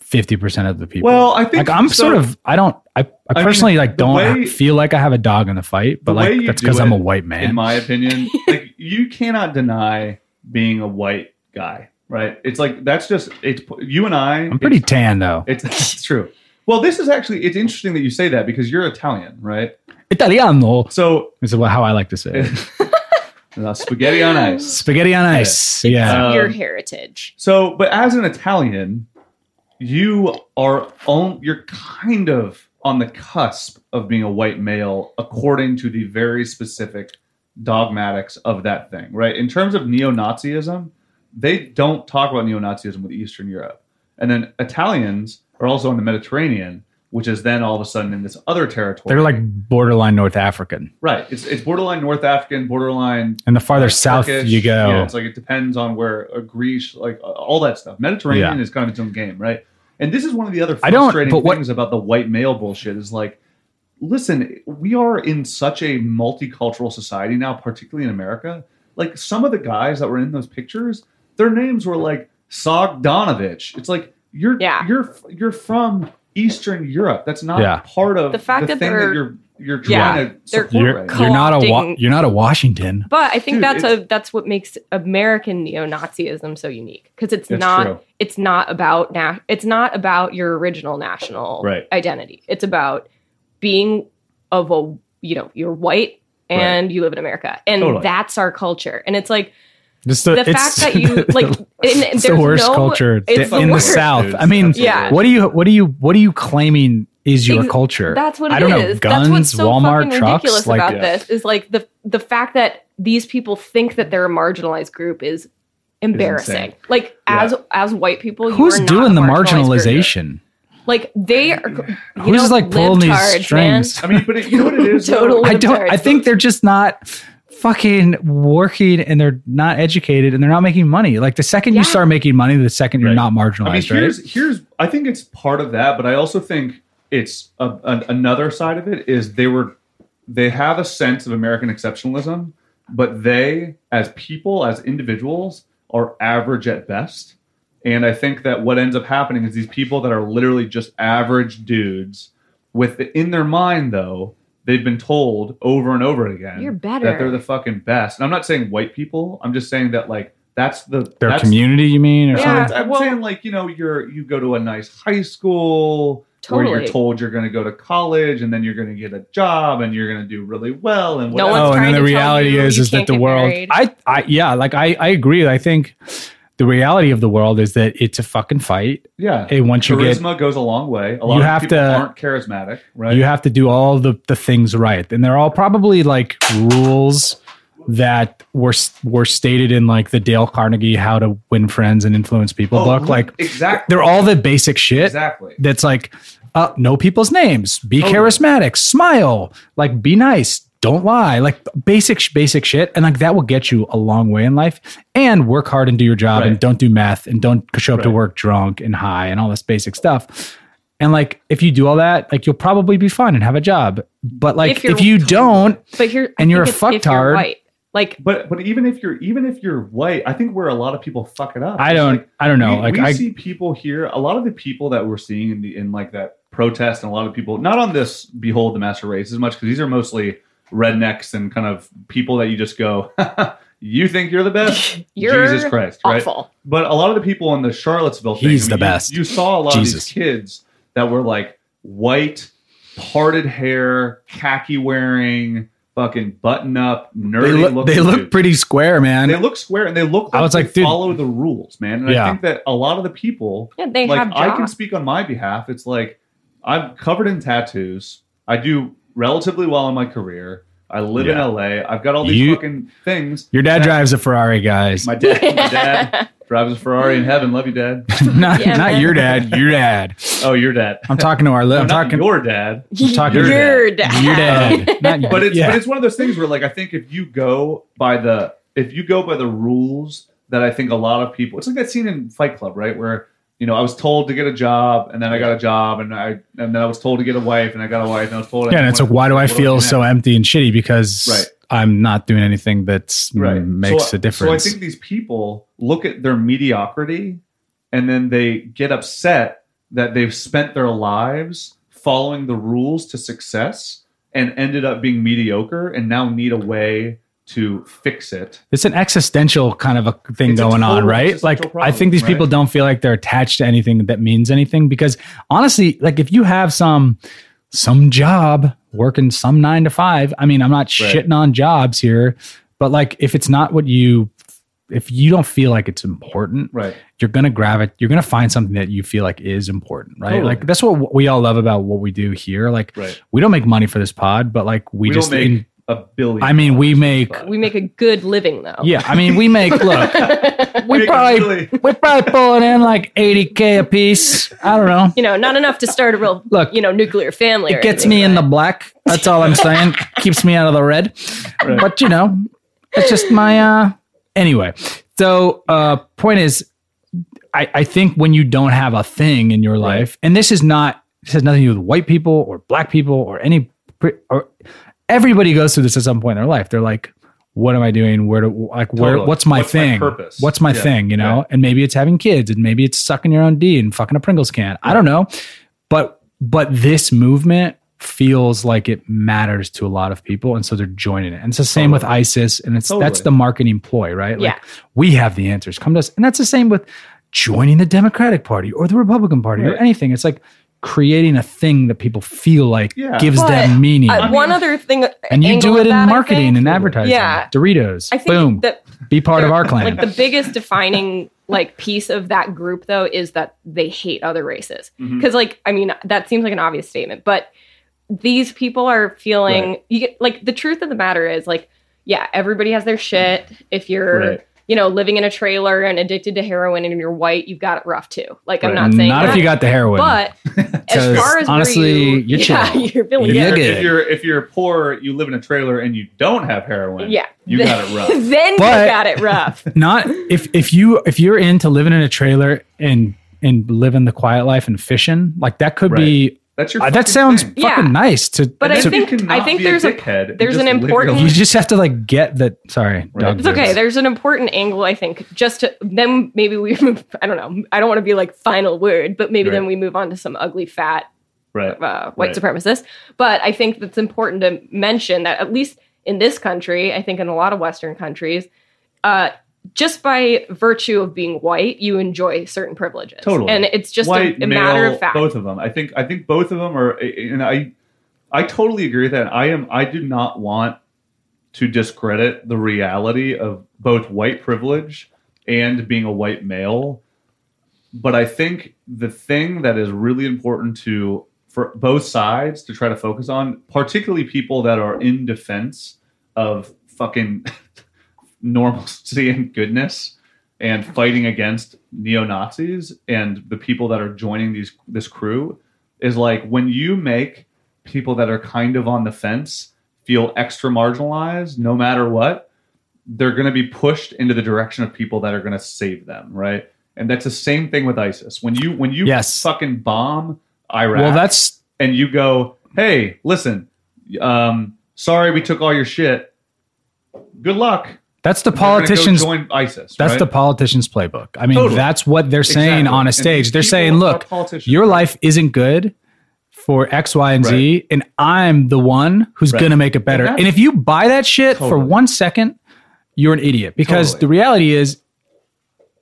fifty percent of the people? Well, I think like I'm so- sort of I don't I, I I mean, personally like the don't way- feel like I have a dog in the fight, but the way like you that's do because I'm a it, white man. in my opinion, like you cannot deny being a white guy, right? It's like that's just it's you and I. I'm pretty tan though. It's, it's, it's true. Well, this is actually it's interesting that you say that because you're Italian, right? Italiano So is what- how I like to say it. uh, spaghetti on ice. Spaghetti on ice. Yeah. Uh, Um, Your heritage. So, but as an Italian, you are on, you're kind of on the cusp of being a white male according to the very specific dogmatics of that thing, right? In terms of neo-Nazism, they don't talk about neo-Nazism with Eastern Europe. And then Italians are also in the Mediterranean, which is then all of a sudden in this other territory. They're like borderline North African. right. It's it's borderline North African, borderline And the farther south Turkish. you go, Yeah, it's like it depends on where uh, Greece, like uh, all that stuff. Mediterranean Yeah. is kind of its own game, right? And this is one of the other I don't- frustrating but what- things about the white male bullshit is like, listen, we are in such a multicultural society now, particularly in America. Like some of the guys that were in those pictures, their names were like Sogdanovich. It's like you're Yeah. you're you're from Eastern Europe. That's not Yeah. part of The fact that thing that they're- you're you're Yeah. trying to They're- support you're, right now. you're not a wa- Collecting- you're not a Washington. But I think Dude, that's it's- a that's what makes American neo-Nazism so unique because it's That's not true. it's not about na- it's not about your original national Right. identity. It's about being of a you know you're white and you live in America and Totally. that's our culture. And it's like Just the fact that you like and it's there's the worst no, culture it's in the worst. South. Dude, I mean, that's the Yeah. worst. what do you what do you what are you claiming is your Ex- culture? That's what it I is. don't know. Guns, That's what's so Walmart, fucking trucks. ridiculous like, about Yeah. this is like the the fact that these people think that they're a marginalized group is embarrassing. insane. like Yeah. as as white people, you who's are not doing a the marginalized group. marginalization? Like they are. You Who's know, like pulling these libtards, man. strings? I mean, but it, you know what it is. though? Total I don't. I libtards. think they're just not fucking working, and they're not educated, and they're not making money. Like the second Yeah. you start making money, the second you're Right. not I mean, marginalized, right? here's here's I think it's part of that, but I also think it's a, a, another side of it is they were they have a sense of American exceptionalism, but they as people as individuals are average at best. And I think that what ends up happening is these people that are literally just average dudes with the, in their mind though they've been told over and over again You're better. that they're the fucking best. And I'm not saying white people. I'm just saying that like that's the Their that's community, you mean, or no, Yeah. something? I'm- I'm well- saying like you know you're you go to a nice high school where you're Totally. told you're going to go to college and then you're going to get a job and you're going to do really well and No whatever. one's oh, and then trying the to tell reality you is you is that can't the get world. married. I, I, yeah, like I, I agree. I think the reality of the world is that it's a fucking fight, Oh, yeah. and once you get, Charisma goes a long way. A lot You of have people to- aren't charismatic, right? you have to do all the the things right, and they're all probably like rules that were s- were stated in like the Dale Carnegie How to Win Friends and Influence People Oh, book. Like exactly. they're all the basic shit exactly. that's like uh, know people's names, be charismatic, smile, like be nice, don't lie, like basic sh- basic shit, and like that will get you a long way in life. And work hard and do your job, and Right. don't do meth, and don't show up to Right. work drunk and high, and all this basic stuff. And like if you do all that, like you'll probably be fine and have a job. But like If if, you're- you don't, But here, And you're a think it's if fucktard. you're white. Like But but even if you're even if you're white, I think where a lot of people fuck it up. I It's don't, like, I don't know. we, like we I, see people here. A lot of the people that we're seeing in the in like that protest, and a lot of people not on this behold the master race as much because these are mostly rednecks and kind of people that you just go, you think you're the best. You're Jesus Christ, right? awful. But a lot of the people in the Charlottesville, thing, He's I mean, the you- best. You, saw a lot Jesus. of these kids that were like white, parted hair, khaki wearing, fucking button up, nerdy. they look, looking they look dudes. pretty square, man. They look square and they look. Like I was they like, dude- follow the rules, man. And Yeah. I think that a lot of the people, yeah, they like have I can jobs. speak on my behalf. It's like I'm covered in tattoos. I do relatively well in my career. I live Yeah. in LA. I've got all these You- fucking things. Your dad that- drives a Ferrari, guys. My dad, my dad drives a Ferrari in heaven. Love you, dad. not Yeah. not your dad, your dad. Oh, your dad. I'm talking to our. li- No, I'm not talking your dad. I'm talking Your Your dad. your dad. not, But it's Um, yeah. but it's one of those things where like I think if you go by the if you go by the rules that I think a lot of people it's like that scene in Fight Club, right? Where you know, I was told to get a job, and then I got a job, and I and then I was told to get a wife, and I got a wife, and I was told. yeah. And it's like, why do I feel so empty and shitty because Right. I'm not doing anything that's right makes so, a difference? So I think these people look at their mediocrity, and then they get upset that they've spent their lives following the rules to success and ended up being mediocre, and now need a way to fix it. it's an existential kind of a thing It's a going on, total right? existential Like I problem, think these right? people don't feel like they're attached to anything that means anything because honestly, like if you have some some job working some 9 to 5, I mean, I'm not Right. shitting on jobs here, but like if it's not what you if you don't feel like it's important, Right. you're gonna grab it. You're gonna find something that you feel like is important, right? Totally. Like that's what we all love about what we do here. Like Right. we don't make money for this pod, but like we, We, just, don't make in- a billion. I mean, we dollars. make. we make a good living though. Yeah, I mean, we make. Look, we, make a probably really- we're probably pulling in like eighty k a piece. I don't know. you know, not enough to start a real Look, you know nuclear family. or It gets anything, me in the but- black. That's all I'm saying. Keeps me out of the red. Right. But you know, it's just my uh anyway. So uh point is I, I think when you don't have a thing in your Right. life, and this is not this has nothing to do with white people or black people or any pre- or everybody goes through this at some point in their life. They're like, what am I doing? Where do like where Totally. what's my What's my thing? purpose? What's my Yeah. thing? You know? Right. And maybe it's having kids and maybe it's sucking your own D and fucking a Pringles can. I don't know. But but this movement feels like it matters to a lot of people. And so they're joining it. And it's the same with ISIS. And it's that's Totally. the marketing ploy, right? Yeah. Like we have the answers. Come to us. And that's the same with joining the Democratic Party or the Republican Party or Right. anything. It's like creating a thing that people feel like Yeah. gives But them meaning. Uh, one other thing, and you do angle it of that, I in marketing think- and advertising. Yeah. Doritos. I think Boom. that Be part of they're- our clan. Like the biggest defining like piece of that group though is that they hate other races. Mm. Mhm. Cuz like I mean that seems like an obvious statement, but these people are feeling you get, like the truth of the matter is like yeah, everybody has their shit. If you're Right. you know living in a trailer and addicted to heroin and you're white, you've got it rough too. Like I'm Right. not saying if that, you got the heroin. but as 'Cause far as where honestly, you, you're yeah, chill. you're feeling You good. dig it. If you're if you're poor, you live in a trailer and you don't have heroin. Yeah. you got it rough. then But- you got it rough. not if if you if you're into living in a trailer and and living the quiet life and fishing like that could be That's your. uh, that fucking sounds thing. fucking Yeah. nice to But I to- think- You cannot I think be there's a- dickhead and there's an just live your important- you life. just have to like get that sorry Right. dog It's okay. jokes. There's an important angle, I think, just to then maybe we move. I don't know. I don't want to be like final word, but maybe then Right. we move on to some ugly fat right. uh, white Right. supremacist. But I think that's important to mention that at least in this country, I think in a lot of Western countries, uh, just by virtue of being white, you enjoy certain privileges. Totally. and it's just White, a, a matter male, of fact. Both of them. I think. I think both of them are. And I, I totally agree with that. I am. I do not want to discredit the reality of both white privilege and being a white male. But I think the thing that is really important to for both sides to try to focus on, particularly people that are in defense of fucking normalcy and goodness and fighting against neo Nazis and the people that are joining these this crew is like when you make people that are kind of on the fence feel extra marginalized, no matter what, they're going to be pushed into the direction of people that are going to save them, right? And that's the same thing with ISIS. When you when you Yes. fucking bomb Iraq, Well, that's and you go, "Hey, listen, um, sorry we took all your shit. Good luck." that's the We're gonna go politicians. join ISIS. That's right? the politicians' playbook. I mean, Totally. that's what they're saying Exactly. on a And stage. these They're people saying, are "Look, politicians. your life isn't good for X, Y, and Z, and I'm the one who's Right. going to make it better." Exactly. And if you buy that shit for Totally. one second, you're an idiot because Totally. the reality is,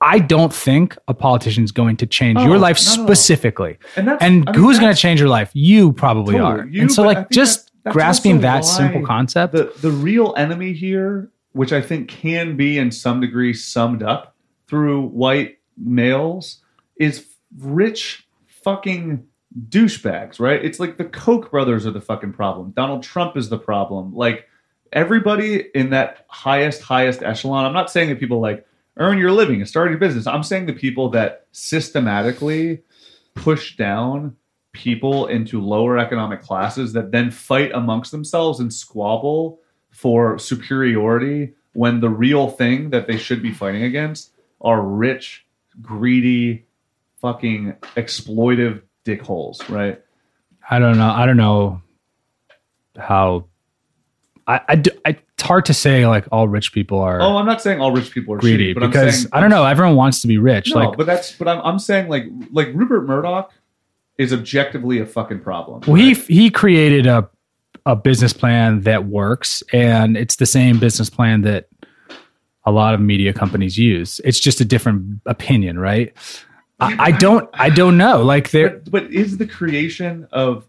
I don't think a politician's going to change Oh, your life not at all. specifically. And that's- and I mean, who's going to that's- change your life? You probably Totally. are. You, and so, but I think like, just that- that's grasping also that why simple concept. the the real enemy here, which I think can be in some degree summed up through white males, is rich fucking douchebags, right? It's like the Koch brothers are the fucking problem. Donald Trump is the problem. Like everybody in that highest, highest echelon. I'm not saying that people like earn your living and start your business. I'm saying the people that systematically push down people into lower economic classes that then fight amongst themselves and squabble for superiority when the real thing that they should be fighting against are rich, greedy, fucking exploitive dickholes, right? I don't know. I don't know how. I, I, do- I- it's hard to say like all rich people are Oh, I'm not saying all rich people are greedy shitty, but I'm because saying, I don't know. Everyone wants to be rich. No, like but that's but I'm I'm saying like like Rupert Murdoch is objectively a fucking problem. well, he he created a a business plan that works, and it's the same business plan that a lot of media companies use. It's just a different opinion, right? I, I don't I don't know. Like there but, but is the creation of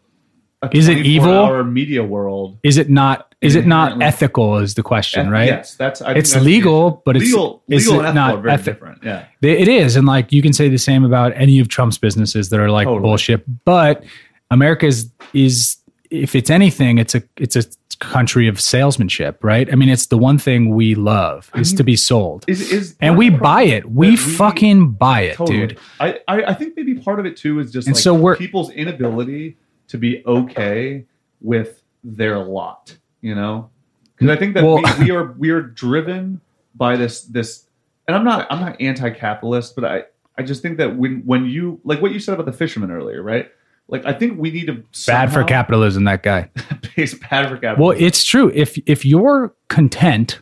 a Is it evil? Our media world is it not is it not Inherently- ethical is the question, right? Yes, that's. I think It's that's the legal, issue. but it's- legal. is legal it and not ethical are very ethi- different. Yeah, They- It is. And like you can say the same about any of Trump's businesses that are like Totally. bullshit. But America is is if it's anything, it's a it's a country of salesmanship, right? I mean, it's the one thing we love is to be sold. is is and we buy it. We, that we- fucking buy it, totally. dude. I, I I think maybe part of it too is just And like so we're- people's inability to be okay with their lot. You know, because I think that Well- we, we are we are driven by this this, and I'm not I'm not anti-capitalist, but I I just think that when when you like what you said about the fisherman earlier, right? Like I think we need to Bad for somehow- capitalism, that guy. base bad for capital. Well, it's true. If if you're content,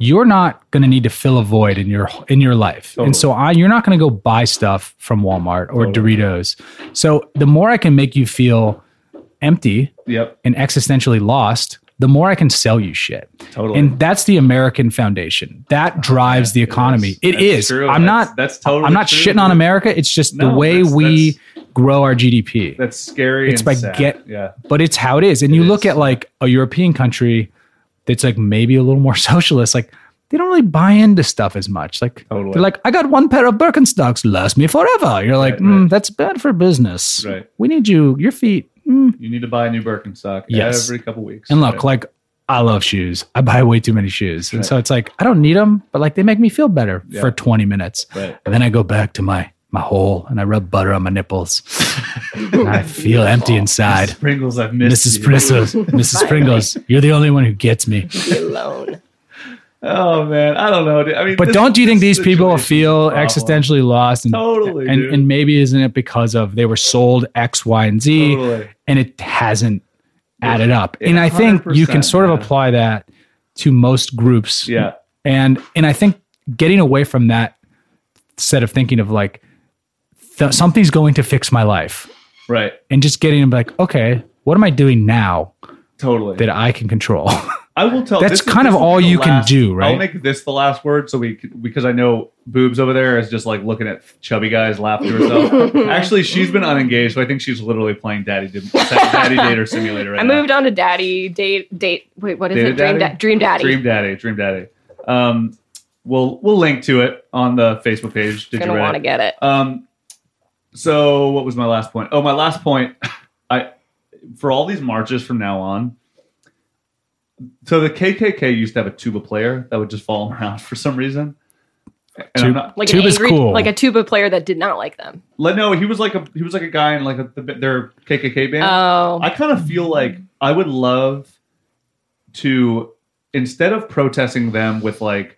you're not going to need to fill a void in your in your life, Totally. and so I, you're not going to go buy stuff from Walmart or Totally. Doritos. So the more I can make you feel empty yep, and existentially lost, the more I can sell you shit. totally. Oh, And that's the American foundation that drives the economy. It is. It is. That's true. I'm That's- not. that's totally I'm not true, shitting on dude. America. It's just the No, way that's- we grow our GDP That's scary. It's and by sad. get- yeah. but it's how it is. And you look is. at like a European country that's like maybe a little more socialist, like they don't really buy into stuff as much. Like Totally. they're like, I got one pair of Birkenstocks, last me forever. You're like, Right, mm, right. that's bad for business. Right. We need you, your feet. Mm. You need to buy a new Birkenstock Yes. every couple weeks. And look, Right. like I love shoes. I buy way too many shoes, and Right. so it's like I don't need them, but like they make me feel better Yeah. for 20 minutes, Right. and then I go back to my my hole and I rub butter on my nipples. and I feel empty inside. Pringles, I've missed Mrs. you. Pringles, Mrs. Pringles, you're the only one who gets me. Be alone. Oh man, I don't know. dude. I mean, But this- don't you think this these people situation is a feel problem. existentially lost? And, Totally, and, dude. and maybe isn't it because of they were sold X, Y, and Z, Totally. and it hasn't Yeah. added up. And I think you can 100%, sort of man. apply that to most groups. Yeah. and and I think getting away from that set of thinking of like th- something's going to fix my life, Right. and just getting like, okay, what am I doing now Totally. that I can control? I will tell. That's this is- kind of this is all the you can last- do, right? I'll make this the last word, so we c- because I know boobs over there is just like looking at chubby guys laughing to herself. Actually, she's been unengaged, so I think she's literally playing daddy Dim- daddy dater simulator. Right I now. moved on to daddy date date. Wait, what is Data it? Dream, Daddy? da- dream daddy. Dream Daddy, Dream Daddy. Um, we'll we'll link to it on the Facebook page. Did you Gonna read want to it? get it. Um, so what was my last point? Oh, my last point. I for all these marches from now on. So the KKK used to have a tuba player that would just follow 'em around for some reason. And Two- I'm not, Like an Tuba's angry, cool. like a tuba player that did not like them. like, no, he was like a he was like a guy in like a, the, their KKK band. Oh, I kind of feel like I would love to instead of protesting them with like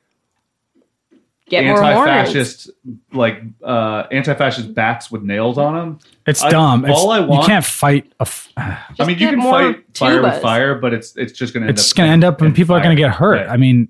get more horns. anti-fascist like uh anti-fascist bats with nails on them. It's I- dumb. It's, all I you want- can't fight a. F- I Just mean, you get can more fight fire with tubas. fire, but it's it's just going to it's going to end up and people are going to get hurt. I mean,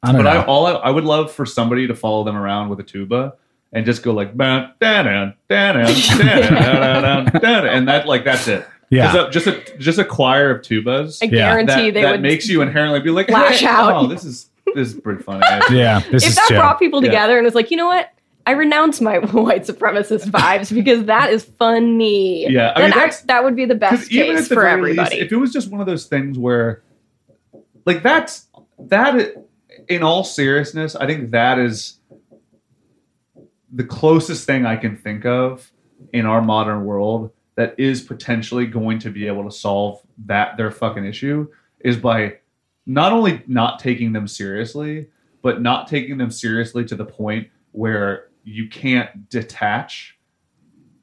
I don't But know. I all I, I would love for somebody to follow them around with a tuba and just go like "Bah, da, da, da, da, da, da, da, da, da," and that like that's it. 'Cause Yeah. a- just a just a choir of tubas. I Yeah. guarantee that, they that would makes you inherently be like lash "Hey, out." Oh, this is this is pretty funny. actually." yeah, this if is that chill. brought people Yeah. together and was like, you know what? I renounce my white supremacist vibes because that is funny. Yeah, I Then mean, that's- that would be the best Because even case at the for very least, everybody. if it was just one of those things where, like, that's that. i- In all seriousness, I think that is the closest thing I can think of in our modern world that is potentially going to be able to solve that their fucking issue is by not only not taking them seriously, but not taking them seriously to the point where you can't detach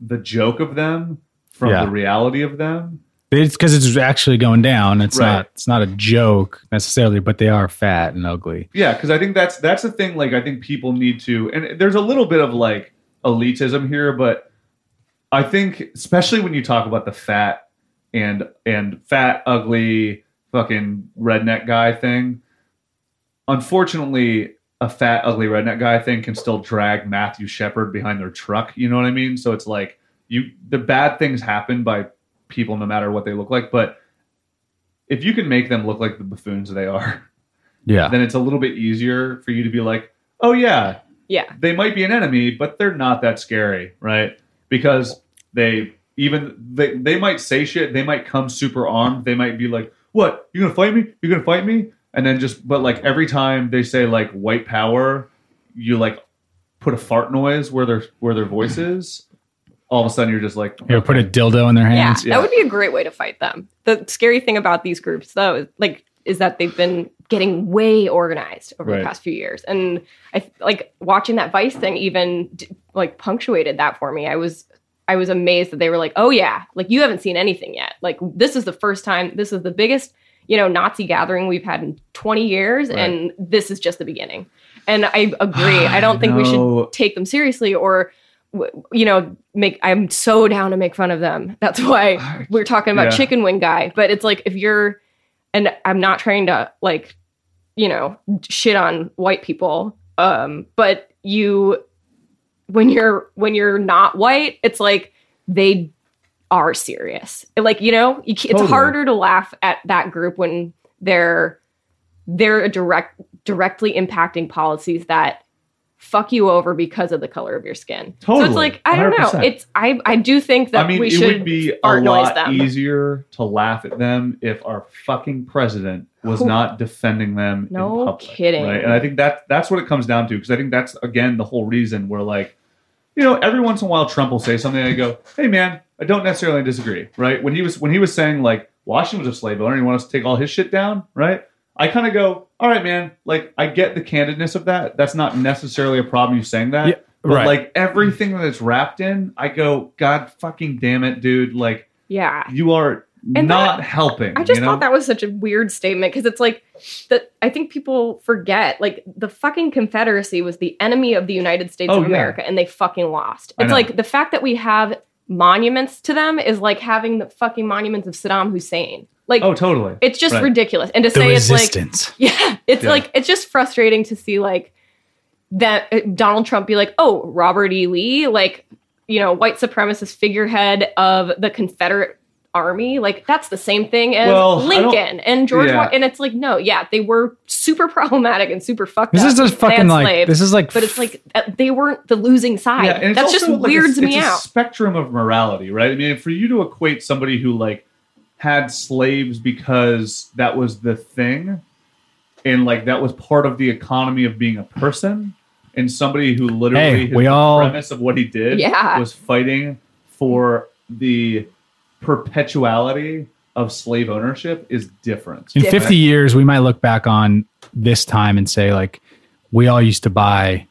the joke of them from Yeah. the reality of them. It's because it's actually going down. It's Right. not. It's not a joke necessarily, but they are fat and ugly. Yeah, because I think that's that's the thing. Like, I think people need to, and there's a little bit of like elitism here, but I think especially when you talk about the fat and and fat, ugly, fucking redneck guy thing. Unfortunately, a fat, ugly redneck guy thing can still drag Matthew Shepard behind their truck. You know what I mean? So it's like you, the bad things happen by people, no matter what they look like. But if you can make them look like the buffoons they are. Yeah, then it's a little bit easier for you to be like, oh yeah, yeah. they might be an enemy, but they're not that scary, right? Because they even they they might say shit, they might come super armed, they might be like, what? You gonna fight me? You gonna fight me? And then just but like every time they say like white power, you like put a fart noise where their where their voice is. All of a sudden, you're just like, here, put a dildo in their Yeah, hands. yeah. that would be a great way to fight them. The scary thing about these groups, though, is like is that they've been getting way organized over Right. the past few years, and I th- like watching that Vice thing even d- like punctuated that for me. I was I was amazed that they were like, oh yeah, like you haven't seen anything yet. Like this is the first time. This is the biggest you know Nazi gathering we've had in 20 years, Right. and this is just the beginning. And I agree. I don't think we No. should take them seriously or w- you know, make I'm so down to make fun of them. That's why we're talking about Yeah. chicken wing guy. But it's like if you're, and I'm not trying to like, you know, shit on white people. Um, but you, when you're when you're not white, it's like they are serious. Like you know, you, ca- it's Totally. harder to laugh at that group when they're they're direct directly impacting policies that fuck you over because of the color of your skin. So Totally. it's like I don't know. 100%. It's I I do think that I mean, we it should would be a fart noise lot them. easier to laugh at them if our fucking president was Who- not defending them. No in public, kidding. Right? And I think that that's what it comes down to because I think that's again the whole reason we're like, you know, every once in a while Trump will say something. And I go, hey man, I don't necessarily disagree. Right? When he was when he was saying like Washington was a slave owner, and he wants to take all his shit down. Right? I kind of go, all right, man. Like I get the candidness of that. That's not necessarily a problem. You saying that. Yeah, But right. like everything that it's wrapped in, I go, God fucking damn it, dude. Like Yeah. you are And not helping. I just you know? thought that was such a weird statement because it's like that I think people forget like the fucking Confederacy was the enemy of the United States Oh, of yeah. America and they fucking lost. I It's know. like the fact that we have monuments to them is like having the fucking monuments of Saddam Hussein. Like Oh, totally. it's just right. ridiculous. And to The say it's like resistance. Yeah, it's Yeah. like it's just frustrating to see like that uh, Donald Trump be like, "Oh, Robert E. Lee, like you know, white supremacist figurehead of the Confederate Army, like that's the same thing as Well, I don't- Lincoln and George." Yeah. Wa- and it's like, no, yeah, they were super problematic and super fucked this up. is just They had fucking like. slaves, This is like. but it's like uh, they weren't the losing side. Yeah, and it's That's also, just like, weirds it's, me it's a out. Spectrum of morality, right? I mean, for you to equate somebody who like had slaves because that was the thing, and like that was part of the economy of being a person, and somebody who literally Hey, his we all- premise of what he did Yeah. was fighting for the perpetuality of slave ownership is different. in Yeah. 50 years we might look back on this time and say like we all used to buy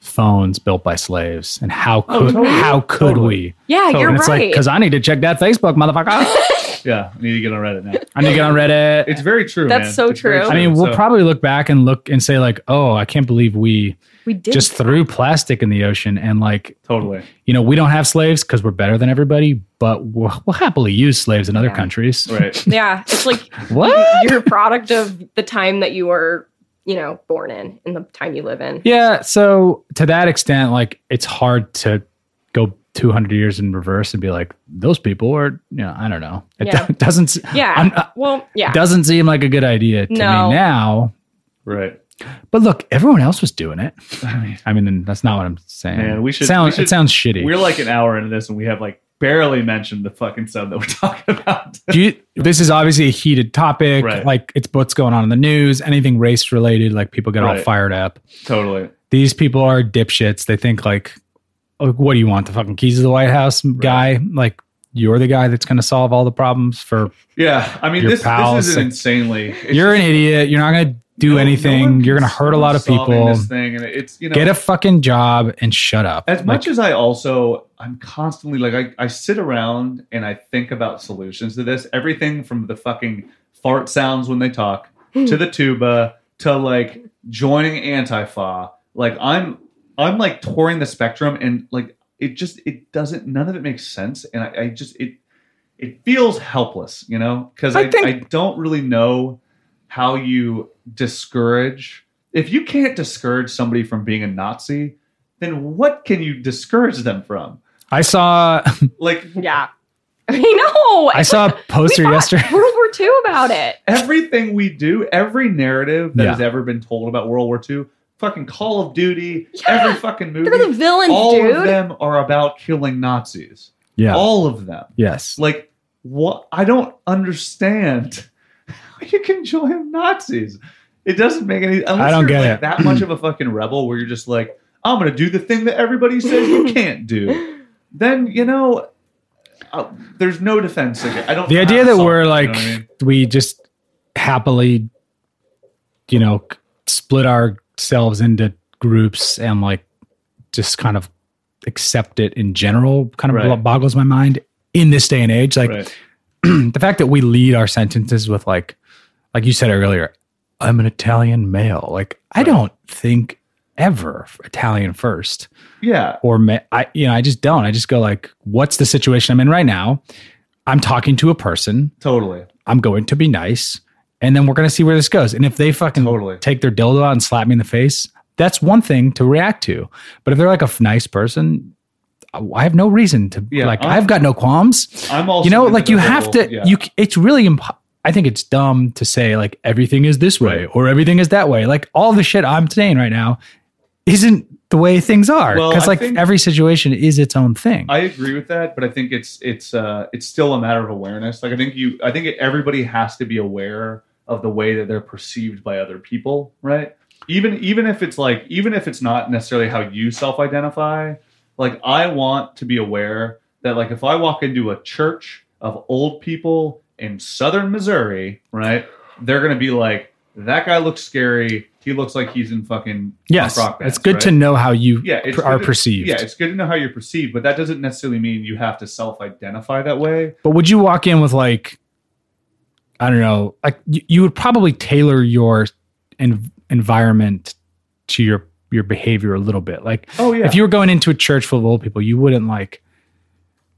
phones built by slaves, and how Oh, could totally. how could Totally. we? Yeah, Totally. you're And it's like right. because I need to check that Facebook, motherfucker. Yeah, I need to get on Reddit now. I need to get on Reddit. It's very true. That's man. so It's very true. I mean, we'll So- probably look back and look and say like, oh, I can't believe we we did. just threw plastic in the ocean and like totally. you know, we don't have slaves because we're better than everybody, but we'll, we'll happily use slaves in other Yeah. countries. Right. yeah, it's like What? you're a product of the time that you were, you know, born in and the time you live in. Yeah. So to that extent, like it's hard to go 200 years in reverse and be like, those people are, you know, I don't know. It Yeah. doesn't, Yeah. I'm- uh, well, yeah. doesn't seem like a good idea to No. me now. Right. But look, everyone else was doing it. I mean, that's not what I'm saying. Man, we should- Sound, we should- it sounds shitty. We're like an hour into this and we have like barely mentioned the fucking sub that we're talking about. Do you, this is obviously a heated topic. Right. Like it's what's going on in the news, anything race related. Like people get all Right. fired up. totally. these people are dipshits. They think like, like, what do you want? The fucking keys to the White House guy? Like you're the guy that's going to solve all the problems for Yeah. I mean, Your this, pals, this is like- an insanely. it's you're an just- idiot. You're not going to do no- no anything. one you're going to hurt a lot of solving people. This thing and it's you know Get a fucking job and shut up. As much as I also, I'm constantly like, I, I sit around and I think about solutions to this. Everything from the fucking fart sounds when they talk to the tuba to like joining Antifa. Like I'm, I'm like touring the spectrum and like it just, it doesn't, none of it makes sense. And I, I just, it, it feels helpless, you know, because I I, think- I don't really know how you discourage. If you can't discourage somebody from being a Nazi, then what can you discourage them from? I saw, Like yeah. I know. I saw a poster we thought yesterday. World War II about it. everything we do, every narrative that Yeah. has ever been told about World War II, fucking Call of Duty, Yeah. every fucking movie, They're the villains, all dude. of them are about killing Nazis. Yeah. All of them. yes. Like what? I don't understand. how You can join Nazis. It doesn't make any. Unless I don't you're get like it. that much of a fucking rebel, where you're just like, I'm gonna do the thing that everybody says you can't do. Then you know, uh, there's no defense. Again. I don't. The know idea how to that solve we're it, you know like, what I mean? we just happily, you know, c- split ourselves into groups and like just kind of accept it in general kind of Right. boggles my mind in this day and age. Like Right. the fact that we lead our sentences with like, like you said earlier, I'm an Italian male. Like I Right. don't think ever Italian first yeah, or ma- I, you know, I just don't. I just go like, what's the situation I'm in right now? I'm talking to a person. totally. I'm going to be nice, and then we're going to see where this goes. And if they fucking Totally. take their dildo out and slap me in the face, that's one thing to react to. But if they're like a f- nice person, I I have no reason to Yeah, like. I'm- I've got no qualms. I'm also You know, into like the you have whole- to. yeah. You. c- It's really. Imp- I think it's dumb to say like everything is this way or everything is that way. Like all the shit I'm saying right now isn't the way things are Well, because I like think- every situation is its own thing. I agree with that, but I think it's it's uh it's still a matter of awareness. Like I think you I think everybody has to be aware of the way that they're perceived by other people, right? Even even if it's like even if it's not necessarily how you self-identify, like I want to be aware that like if I walk into a church of old people in southern Missouri, right? They're going to be like that guy looks scary. He looks like he's in fucking yes, punk rock bands, it's good right? to know how you yeah, it's pr- are good to- perceived. Yeah, it's good to know how you're perceived, but that doesn't necessarily mean you have to self-identify that way. But would you walk in with like, I don't know, like you, you would probably tailor your en- environment to your your behavior a little bit. Like, Oh yeah, if you were going into a church full of old people, you wouldn't like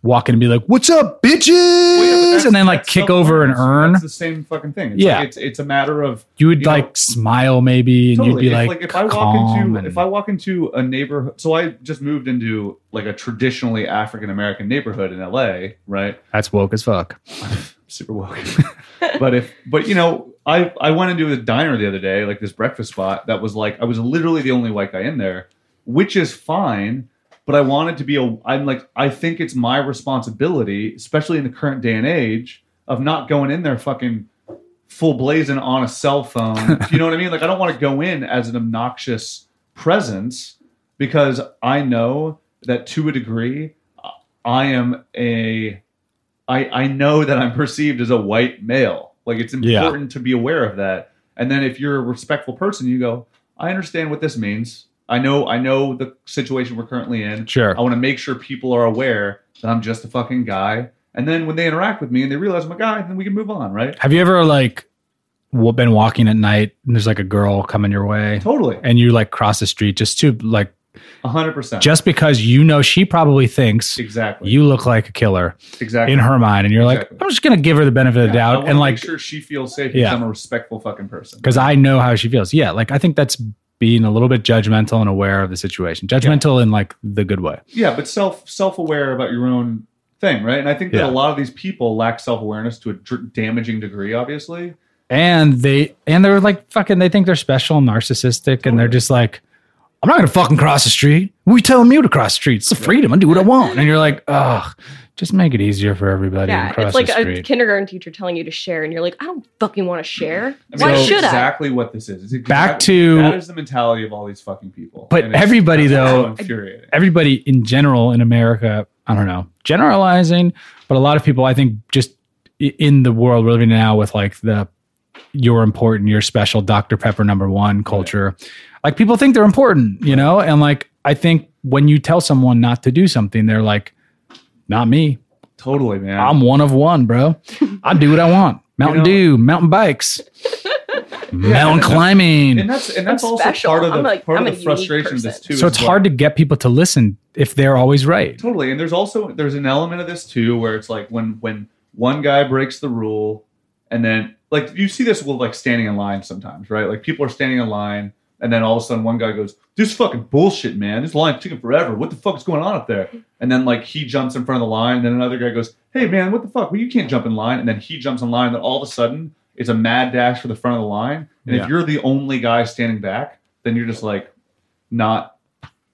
walk in and be like, "What's up, Oh, bitches?" and then like kick over an urn. It's the same fucking thing. It's Yeah. like, it's it's a matter of you would you know, like smile maybe, and totally. you'd be It's like, if I walk calm into and- if I walk into a neighborhood. So I just moved into like a traditionally African American neighborhood in L.A. Right, "That's woke as fuck." super woke. but if but you know I I went into a diner the other day, like this breakfast spot that was like I was literally the only white guy in there, which is fine. But I wanted to be a I'm like I think it's my responsibility, especially in the current day and age, of not going in there fucking full blazing on a cell phone. you know what I mean? Like I don't want to go in as an obnoxious presence because I know that to a degree I am a I I know that I'm perceived as a white male. Like it's Yeah. important to be aware of that. And then if you're a respectful person, you go, I understand what this means. I know I know the situation we're currently in. Sure. I want to make sure people are aware that I'm just a fucking guy. And then when they interact with me and they realize I'm a guy, then we can move on, right? Have you ever like w- been walking at night and there's like a girl coming your way Totally, and you like cross the street just to like hundred percent. just because you know she probably thinks exactly. you look like a killer exactly in her mind and you're Exactly. like I'm just going to give her the benefit of the Yeah, I doubt wanna and make like sure she feels safe Yeah. because I'm a respectful fucking person. because I know how she feels. Yeah, like I think that's being a little bit judgmental and aware of the situation. Judgmental in like the good way. yeah but self self aware about your own thing right and i think that Yeah. a lot of these people lack self awareness to a dr- damaging degree obviously And they and they're like fucking they think they're special and narcissistic and they're just like I'm not gonna fucking cross the street. What are you telling me to cross the street? It's the freedom. I do what I want. And you're like, ugh, just make it easier for everybody Yeah, and cross it's like the a street. kindergarten teacher telling you to share, and you're like, I don't fucking want to share. I mean, Why that's should I? exactly what this is It's exactly- Back to- that is the mentality of all these fucking people But And it's- everybody, that's so though- infuriating Everybody in general in America, I don't know, generalizing, but a lot of people I think just i- in the world we're living in now with like the you're important, you're special, Dr. Pepper number one culture. Like people think they're important, you know? And like I think when you tell someone not to do something, they're like, not me. totally man I'm one of one, bro. I do what I want. Mountain You Dew, mountain bikes, mountain and climbing. that's and that's I'm also special. part of the I'm a- part I'm a of the unique frustration of this person. too So it's hard to get people to listen if they're always right. totally and there's also there's an element of this too where it's like when when one guy breaks the rule and then like you see this with like standing in line sometimes right like people are standing in line and then all of a sudden one guy goes this is fucking bullshit man this line's taking forever what the fuck is going on up there and then like he jumps in front of the line and then another guy goes hey man what the fuck well you can't jump in line and then he jumps in line and then all of a sudden it's a mad dash for the front of the line and Yeah. if you're the only guy standing back then you're just like not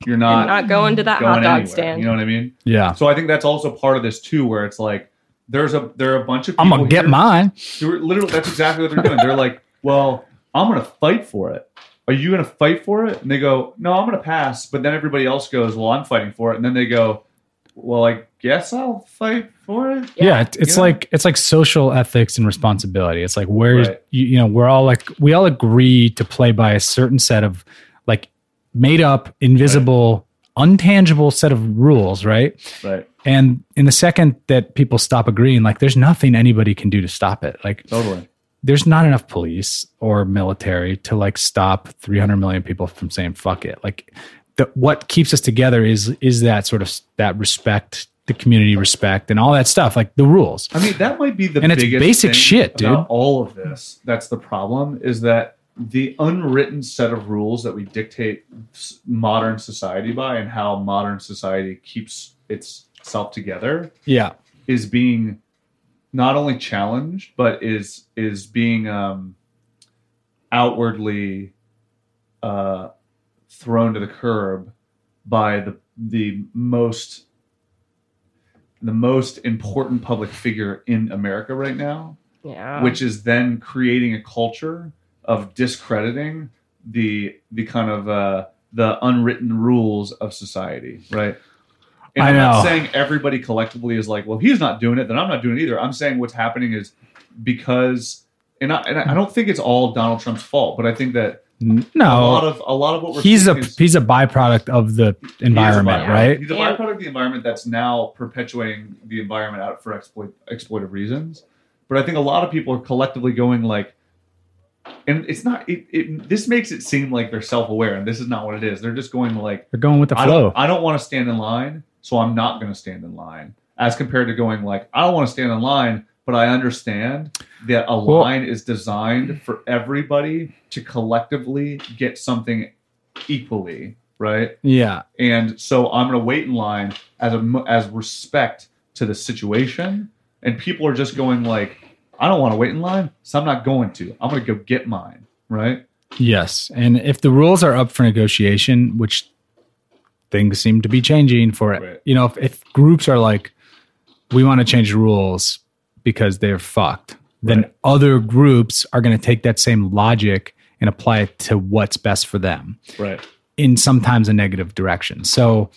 you're I'm not, not going to that uh, going hot dog anywhere stand. you know what i mean Yeah. so I think that's also part of this too, where it's like there's a there are a bunch of people I'm gonna get here mine. who are- literally that's exactly what they're doing. They're like, well, I'm gonna fight for it. Are you gonna fight for it? And they go, no, I'm gonna pass. But then everybody else goes, well, I'm fighting for it. And then they go, well, I guess I'll fight for it. Yeah, it- it's Yeah. like it's like social ethics and responsibility. It's like where Right. you, you know we're all like we all agree to play by a certain set of like made up, invisible, untangible set of rules, right? Right. And in the second that people stop agreeing, like there's nothing anybody can do to stop it. Like Totally. there's not enough police or military to like stop 300 million people from saying fuck it like the, what keeps us together is is that sort of s- that respect the community respect and all that stuff like the rules I mean, that might be the And it's biggest basic thing shit, about dude. All of this. That's the problem. Is that the unwritten set of rules that we dictate s- modern society by, and how modern society keeps itself together, yeah is being not only challenged, but is is being um, outwardly uh, thrown to the curb by the the most the most important public figure in America right now, Ah. yeah. which is then creating a culture of discrediting the the kind of uh, the unwritten rules of society, right? And I I'm not know. saying everybody collectively is like, well, he's not doing it, then I'm not doing it either. I'm saying what's happening is because, and I, and I don't think it's all Donald Trump's fault, but I think that N- a lot no of a lot of what we're Oh. he's a seeing is- he's a byproduct of the environment He is a byproduct. right He's a And- byproduct of the environment that's now perpetuating the environment out for exploit exploitive reasons. But I think a lot of people are collectively going like, and it's not. It, it this makes it seem like they're self aware, and this is not what it is. They're just going like, they're going with the I don't, flow I don't want to stand in line, so I'm not going to stand in line. As compared to going like, I don't want to stand in line, but I understand that a Well- line is designed for everybody to collectively get something equally, right? yeah and so I'm going to wait in line as a mo- as respect to the situation. And people are just going like, I don't want to wait in line, so I'm not going to. I'm going to go get mine, right? yes and if the rules are up for negotiation which things seem to be changing for it. Right. You know, if, if groups are like, we want to change the rules because they're fucked, then Right. other groups are going to take that same logic and apply it to what's best for them Right. in sometimes a negative direction. So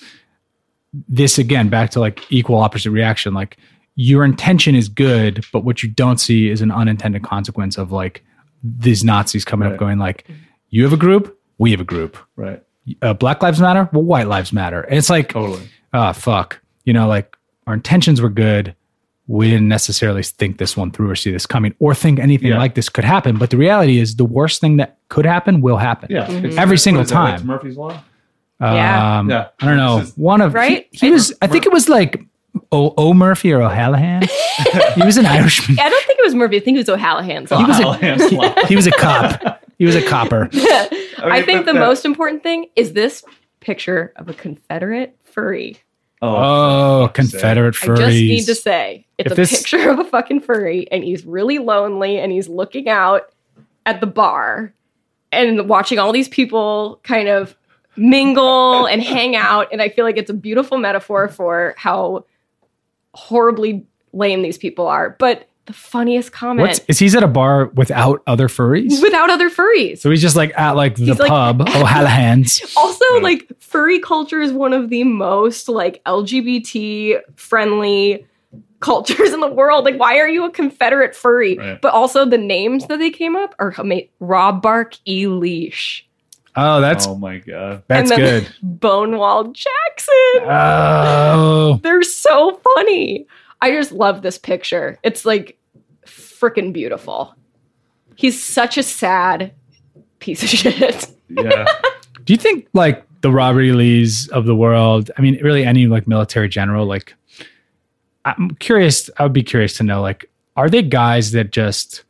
this again back to like equal opposite reaction like your intention is good but what you don't see is an unintended consequence of like these Nazis coming Right. up going like you have a group we have a group Right. uh, Black Lives Matter. Well, White Lives Matter. And it's like, oh, Totally. fuck. You know, like our intentions were good. We didn't necessarily think this one through or see this coming or think anything Yeah. like this could happen. But the reality is, the worst thing that could happen will happen. Yeah. It's- Every what is single that, like time. Murphy's Law? Yeah. Um, Yeah. I don't know. This is- One of Right? He, he was. I think it was like O, o Murphy or O'Hallahan. he was an Irishman. I don't think it was Murphy. I think it was O'Hallahan's Oh. law. was a- Callahan's Law. He was a cop. He was a copper. mean, I think but the that- most important thing is this picture of a Confederate furry. Oh, Oh, Confederate I furries. just need to say it's If a this- picture of a fucking furry, and he's really lonely, and he's looking out at the bar and watching all these people kind of mingle and hang out. And I feel like it's a beautiful metaphor for how horribly lame these people are. But the funniest comment What's is he's at a bar without other furries? without other furries. so he's just like at like the He's like- pub, O'Hallahan's. also like furry culture is one of the most like lgbt friendly cultures in the world like why are you a confederate furry Right. but also the names that they came up are ama- raw bark e leash Oh, that's oh my god. that's and then- good. bonewall jackson Oh, they're so funny i just love this picture it's like freaking beautiful he's such a sad piece of shit Yeah. do you think like the Robert E. Lee's of the world? I mean, really, any like military general? Like, I'm curious. I would be curious to know. Like, are they guys that just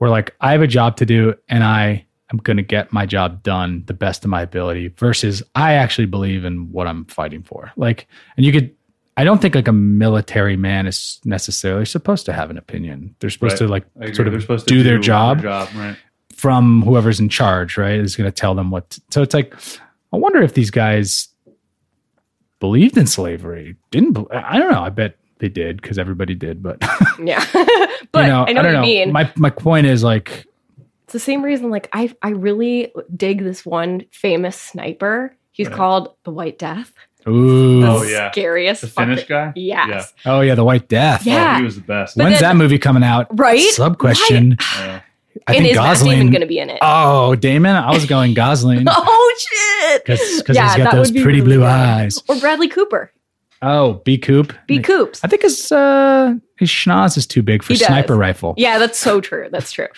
were like, I have a job to do, and I am going to get my job done the best of my ability? Versus, I actually believe in what I'm fighting for. Like, and you could. I don't think like a military man is necessarily supposed to have an opinion. They're supposed Right. to like I agree. sort They're of supposed to do, their job right? from whoever's in charge, right? Is going to tell them what. so it's like, I wonder if these guys believed in slavery. Didn't bel- I don't know. I bet they did because everybody did. But yeah but you know, i know what don't you know. mean My my point is like, it's the same reason like i i really dig this one famous sniper he's Right. called the white death ooh, the Oh, yeah. scariest The Finnish fucking- guy? yes oh yeah, the White Death. Yeah. Oh, he was the best. But When's then- that movie coming out? right Sub question. Yeah. I and think is matt Gosling. damon gonna be in it oh, Damon. I was going Gosling oh shit because because Yeah, he's got that those would be pretty really blue good. eyes. or bradley cooper Oh, B Coop. b coops I think his uh his schnoz is too big for He does. sniper rifle. yeah that's so true that's true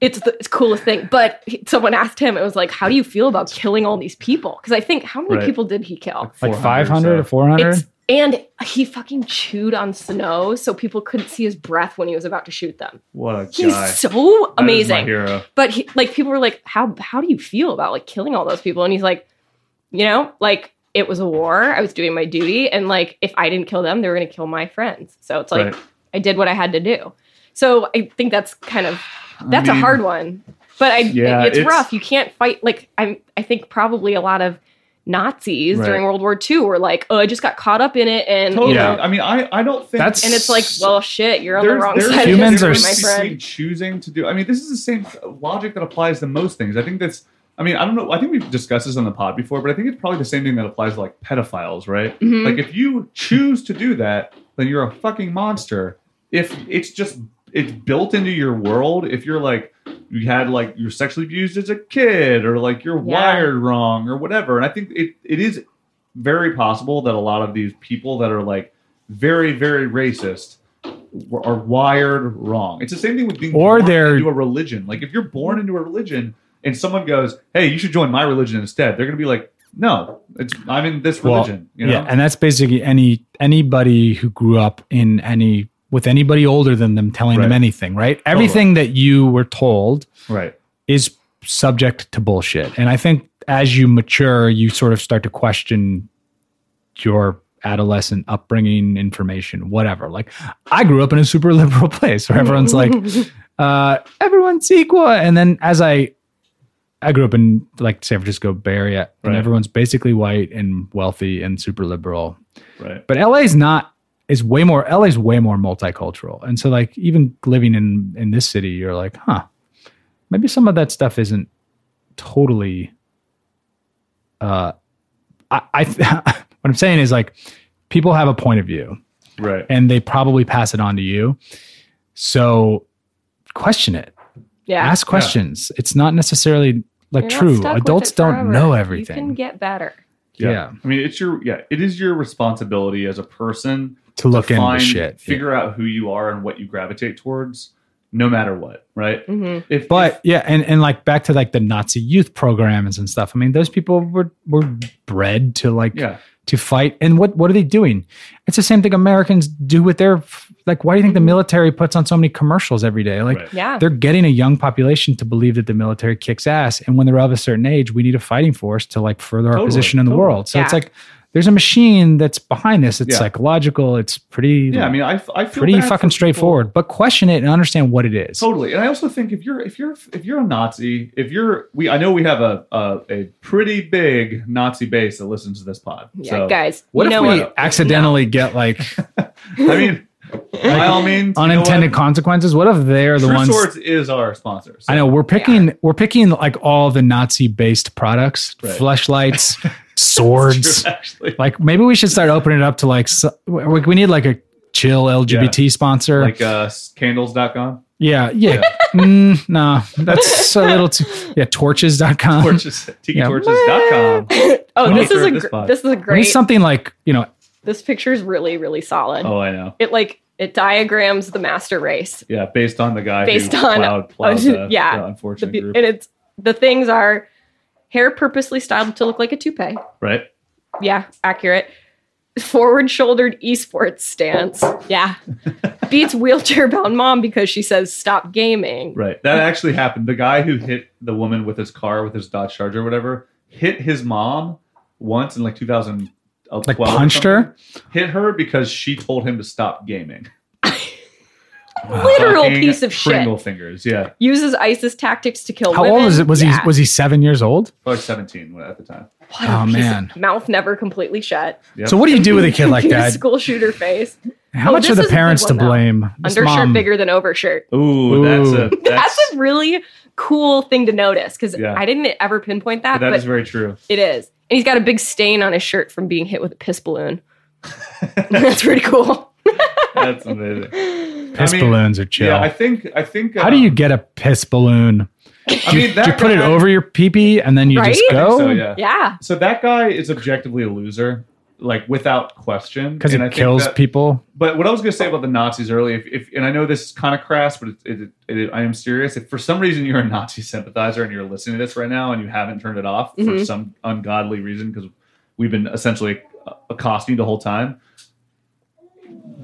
it's the it's coolest thing but he- someone asked him it was like how do you feel about killing all these people because i think how many Right. people did he kill like 400, 500 so- or 400 It's, and he fucking chewed on snow so people couldn't see his breath when he was about to shoot them What a He's guy. so That is my amazing. hero. But he, like people were like, "How how do you feel about like killing all those people?" And he's like, "You know, like it was a war. I was doing my duty, and like if I didn't kill them, they were going to kill my friends. So it's like Right. I did what I had to do. So I think that's kind of that's mean- a hard one, but I Yeah, it's, it's- rough. You can't fight like I'm. I think probably a lot of Nazis Right. during World War II were like, "Oh, I just got caught up in it,and Totally. you know, I mean, I, I don't think That's- and it's like, well, shit, you're on the wrong there's side. of humans history, are my friend. between choosing to do. I mean, this is the same logic that applies to most things. I think that's. I mean, I don't know. I think we've discussed this on the pod before, but I think it's probably the same thing that applies to like pedophiles, right? Mhm. Like if you choose to do that, then you're a fucking monster. If it's just it's built into your world, if you're like you had like you're sexually abused as a kid or like you're Yeah. wired wrong or whatever. And I think it it is very possible that a lot of these people that are like very very racist w- are wired wrong. It's the same thing with being Or born they're- into a religion. Like if you're born into a religion and someone goes, "Hey, you should join my religion instead," they're gonna be like, "No, it's I'm in this Well, religion." you know? yeah and that's basically any anybody who grew up in any with anybody older than them telling them Right. anything right everything that you were told right. is subject to bullshit and i think as you mature you sort of start to question your adolescent upbringing information whatever like i grew up in a super liberal place where everyone's like uh, everyone's equal. And then as I, I grew up in like San Francisco Bay Area, and Right. everyone's basically white and wealthy and super liberal. Right. But LA's not is way more LA's way more multicultural. And so like even living in in this city, you're like, huh, maybe some of that stuff isn't totally. Uh, I, I what I'm saying is like people have a point of view Right. and they probably pass it on to you. So question it yeah, ask questions. It's not necessarily You're Like not true, stuck with adults it don't forever. know You can everything get better. Yeah. I mean, it's your yeah, it is your responsibility as a person to look to into find- shit. Yeah. figure out who you are and what you gravitate towards, no matter what, right? hmm If But yeah, and, and like back to like the Nazi youth programs and stuff. I mean, those people were were bred to like if- yeah, to fight. And what what are they doing? It's the same thing Americans do with their like. Why do you think the Mhm. military puts on so many commercials every day? Like Mm-hmm. right. Yeah. they're getting a young population to believe that the military kicks ass, and when they're of a certain age, we need a fighting force to like further our Totally, position in the totally. world. So it's Yeah. like there's a machine that's behind this. It's Yeah. psychological. It's pretty yeah. I mean, I f- I feel pretty bad for fucking people- straightforward. But question it and understand what it is. Totally, and I also think if you're if you're if you're a Nazi, if you're we, I know we have a a, a pretty big Nazi base that listens to this pod. yeah, so, guys. What you if know we what? accidentally get like I mean, by all means, you know unintended what? consequences? What if they're the True ones? Swords is our sponsor. so- I know we're picking we're picking like all the Nazi based products, Right. flashlights, It's true, swords. actually. Like maybe we should start opening it up to like s- like we need like a chill LGBT sponsor. Like uh, s- candles.com. yeah, yeah. mm, no, that's a little too. Yeah, torches.com. Torches, Yeah. tikitorches.com. oh, We this need is a this gr- pod. this is a We need great. something like you know. this picture is really really solid. Oh, I know. It like it diagrams the master race. Yeah, based on the guy Based who on- plowed, plowed oh, the, yeah, the The, unfortunate be- group, and it's the things are hair purposely styled to look like a toupee. right? Yeah, accurate. Forward shouldered esports stance. Yeah. Beats wheelchair bound mom because she says stop gaming. Right. That actually happened. The guy who hit the woman with his car, with his Dodge Charger, or whatever, hit his mom once in like 2012. Like or punched her? something. Hit her because she told him to stop gaming. Literal Fucking piece of Pringle shit. fingers. Yeah. Uses ISIS tactics to kill How women. old is it? Was Yeah. he was he seven years old? Probably 17 when- at the time. What a Oh, piece of- man. mouth never completely shut. Yep. So what do you do with a kid like Cute that? School shooter face. How Oh, much this are the is a good parents to one, though. blame? This Undershirt mom- bigger than overshirt. Ooh, that's a Ooh. that's, That's, a really cool thing to notice because Yeah. I didn't ever pinpoint that, that but is very true. it is. And he's got a big stain on his shirt from being hit with a piss balloon. That's pretty cool. That's amazing. Piss I mean, balloons are chill. Yeah, I think I think. How do you um, get a piss balloon? I Do you, mean, that do you put it guy- over your pee pee and then you just Right? I go? So, yeah. Yeah. So that guy is objectively a loser, like without question, Because And I it think kills that- people. But what I was going to say about the Nazis earlier, if, if and I know this is kind of crass, but it, it, it, I am serious. If for some reason you're a Nazi sympathizer and you're listening to this right now and you haven't turned it off for Mhm. some ungodly reason, because we've been essentially accosting you the whole time,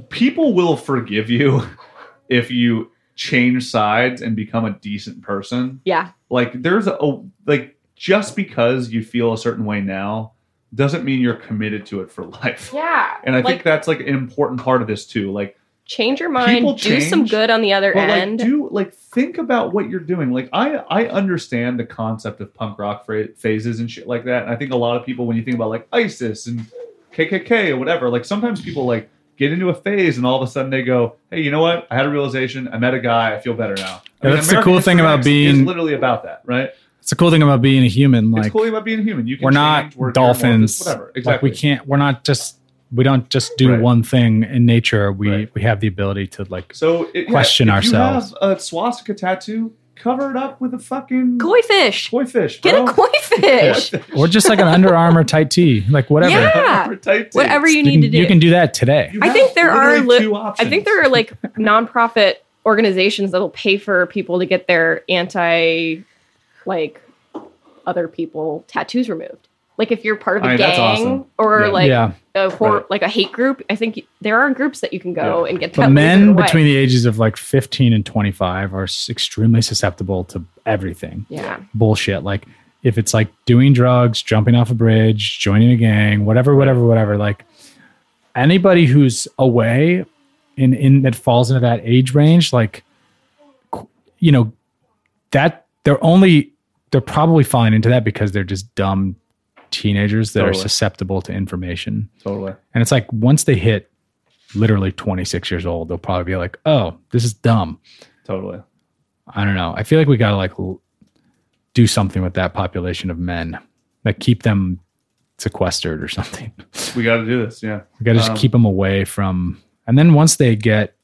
people will forgive you if you change sides and become a decent person Yeah. like there's a, a- like just because you feel a certain way now doesn't mean you're committed to it for life Yeah. and i like, think that's like an important part of this too like change your mind, people do some change, good on the other but like end. do like think about what you're doing like i i understand the concept of punk rock phra- phases and shit like that and i think a lot of people when you think about like isis and kkk or whatever like sometimes people like get into a phase and all of a sudden they go hey you know what i had a realization i met a guy i feel better now I Yeah, that's the American cool thing History about X being- is literally about that right It's the cool thing about being a human. it's Like cool about being human. You can we're not change, we're dolphins. neuromorphic, whatever. Exactly. Like we can't. We're not just. We don't just do Right. one thing in nature. We Right. we have the ability to like. So it, yeah, question if ourselves. You have a swastika tattoo. Cover it up with a fucking koi fish. koi fish. Get bro. a koi fish. Or just like an Under Armour tight tee, like whatever. Yeah. Whatever type it Whatever is. you need can, to do. You can do that today. You I have think there are literally li- two I options. think there are like nonprofit organizations that'll pay for people to get their anti like other people tattoos removed. Like if you're part of a I mean, that's gang awesome. or Yeah. like yeah, a hor- Right. like a hate group, I think y- there are groups that you can go and get but tattoos men either way. between the ages of like 15 and 25 are s- extremely susceptible to everything. yeah. bullshit. Like if it's like doing drugs, jumping off a bridge, joining a gang, whatever, whatever, whatever. Like anybody who's away in in that falls into that age range, like qu- you know, that they're only they're probably falling into that because they're just dumb teenagers that are Totally. susceptible to information. totally. And it's like once they hit literally 26 years old, they'll probably be like, "Oh, this is dumb." Totally. I don't know. I feel like we gotta like l- do something with that population of men, like keep them sequestered or something. We got to do this. Yeah. We gotta just Um, keep them away from. And then once they get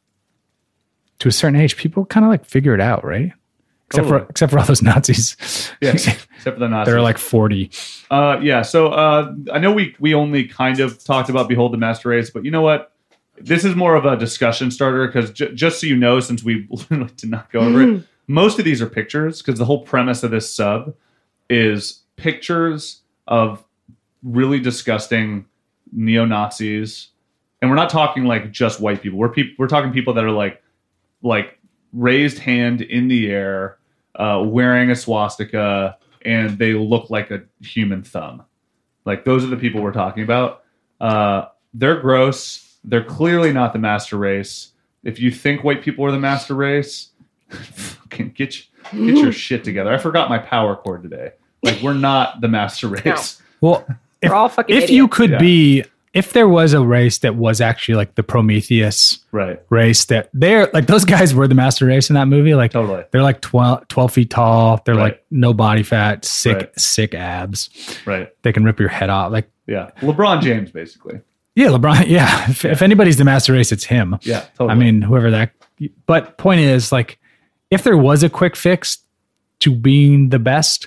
to a certain age, people kind of like figure it out, right? except Totally. for except for all those Nazis. Yeah, except for the Nazis. there are like forty. Uh, yeah. So uh, I know we we only kind of talked about Behold the Master Race, but you know what? This is more of a discussion starter because j- just so you know, since we literally did not go over it, most of these are pictures because the whole premise of this sub is pictures of really disgusting neo Nazis, and we're not talking like just white people. We're people. We're talking people that are like like raised hand in the air, uh, wearing a swastika, and they look like a human thumb. Like those are the people we're talking about. Uh, they're gross. They're clearly not the master race. If you think white people are the master race, fucking get you, get your shit together. I forgot my power cord today. Like we're not the master race. Well, if, We're all fucking if you idiots. could Yeah. be, if there was a race that was actually like the Prometheus Right. race that they're like those guys were the master race in that movie like Totally. they're like 12, 12 feet tall they're Right. like no body fat sick Right. sick abs Right. they can rip your head off like Yeah. LeBron James basically. yeah lebron yeah if, if anybody's the master race it's him Yeah. Totally. i mean whoever that but point is like if there was a quick fix to being the best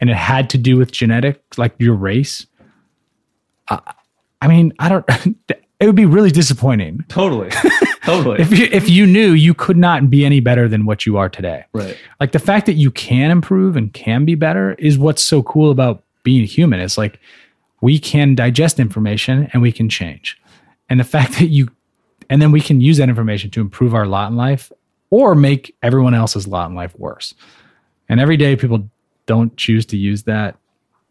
and it had to do with genetic like your race i, I mean i don't it would be really disappointing totally. totally. if you if you knew you could not be any better than what you are today right. like the fact that you can improve and can be better is what's so cool about being human it's like we can digest information and we can change and the fact that you and then we can use that information to improve our lot in life or make everyone else's lot in life worse and every day people don't choose to use that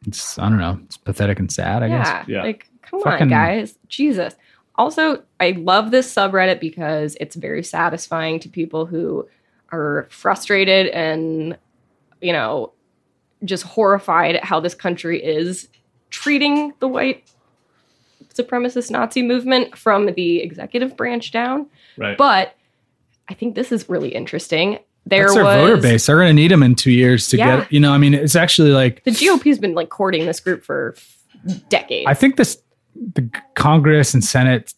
it's i don't know it's pathetic and sad i guess yeah. Yeah. Like, come Fucking- on, guys. Jesus. Also, I love this subreddit because it's very satisfying to people who are frustrated and, you know, just horrified at how this country is treating the white supremacist Nazi movement from the executive branch down. Right. But I think this is really interesting. There That's was their voter base. They're going to need them in two years to Yeah. get, you know, I mean, it's actually like the GOP has been like courting this group for decades. I think this the Congress and Senate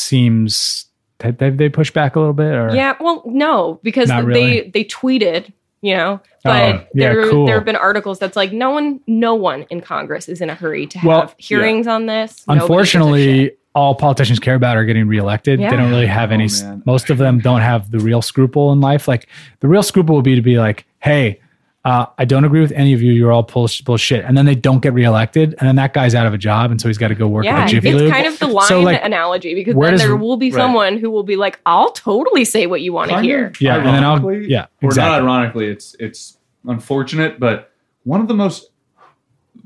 seems that they, they push back a little bit or Yeah, well, no, because Not really. they they tweeted, you know, but Oh, yeah, there cool. there have been articles that's like no one no one in Congress is in a hurry to have Well, hearings on this. Nobody gives a shit. Unfortunately, all politicians care about are getting reelected. They Yeah. don't really have any. s- man. most of them don't have the real scruple in life. Like the real scruple would be to be like, "Hey, uh, I don't agree with any of you. You're all bullsh- bullshit." And then they don't get reelected, and then that guy's out of a job, and so he's got to go work yeah, at a it's Jiffy Lube. kind of the line So, like, analogy because where then does- there will be right. someone who will be like, "I'll totally say what you want to Kind hear." of Yeah, and then I'll- ironically- yeah, Or not exactly. ironically, it's it's unfortunate, but one of the most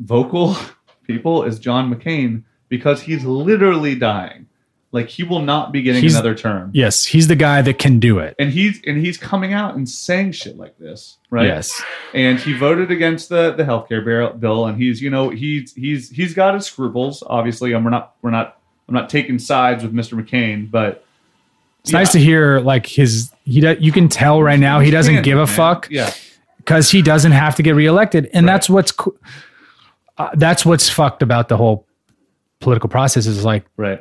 vocal people is John McCain because he's literally dying. Like he will not be getting He's- another term. yes, he's the guy that can do it. And he's and he's coming out and saying shit like this, right? Yes, And he voted against the the healthcare bill- bill, and he's you know he's he's he's got his scruples, obviously, and we're not we're not I'm not taking sides with Mr. McCain, but it's nice to hear like his. He do, you can tell right now Oh, he doesn't give man. a fuck. Yeah, because he doesn't have to get reelected, and that's what's co- uh, that's what's fucked about the whole political process is like right.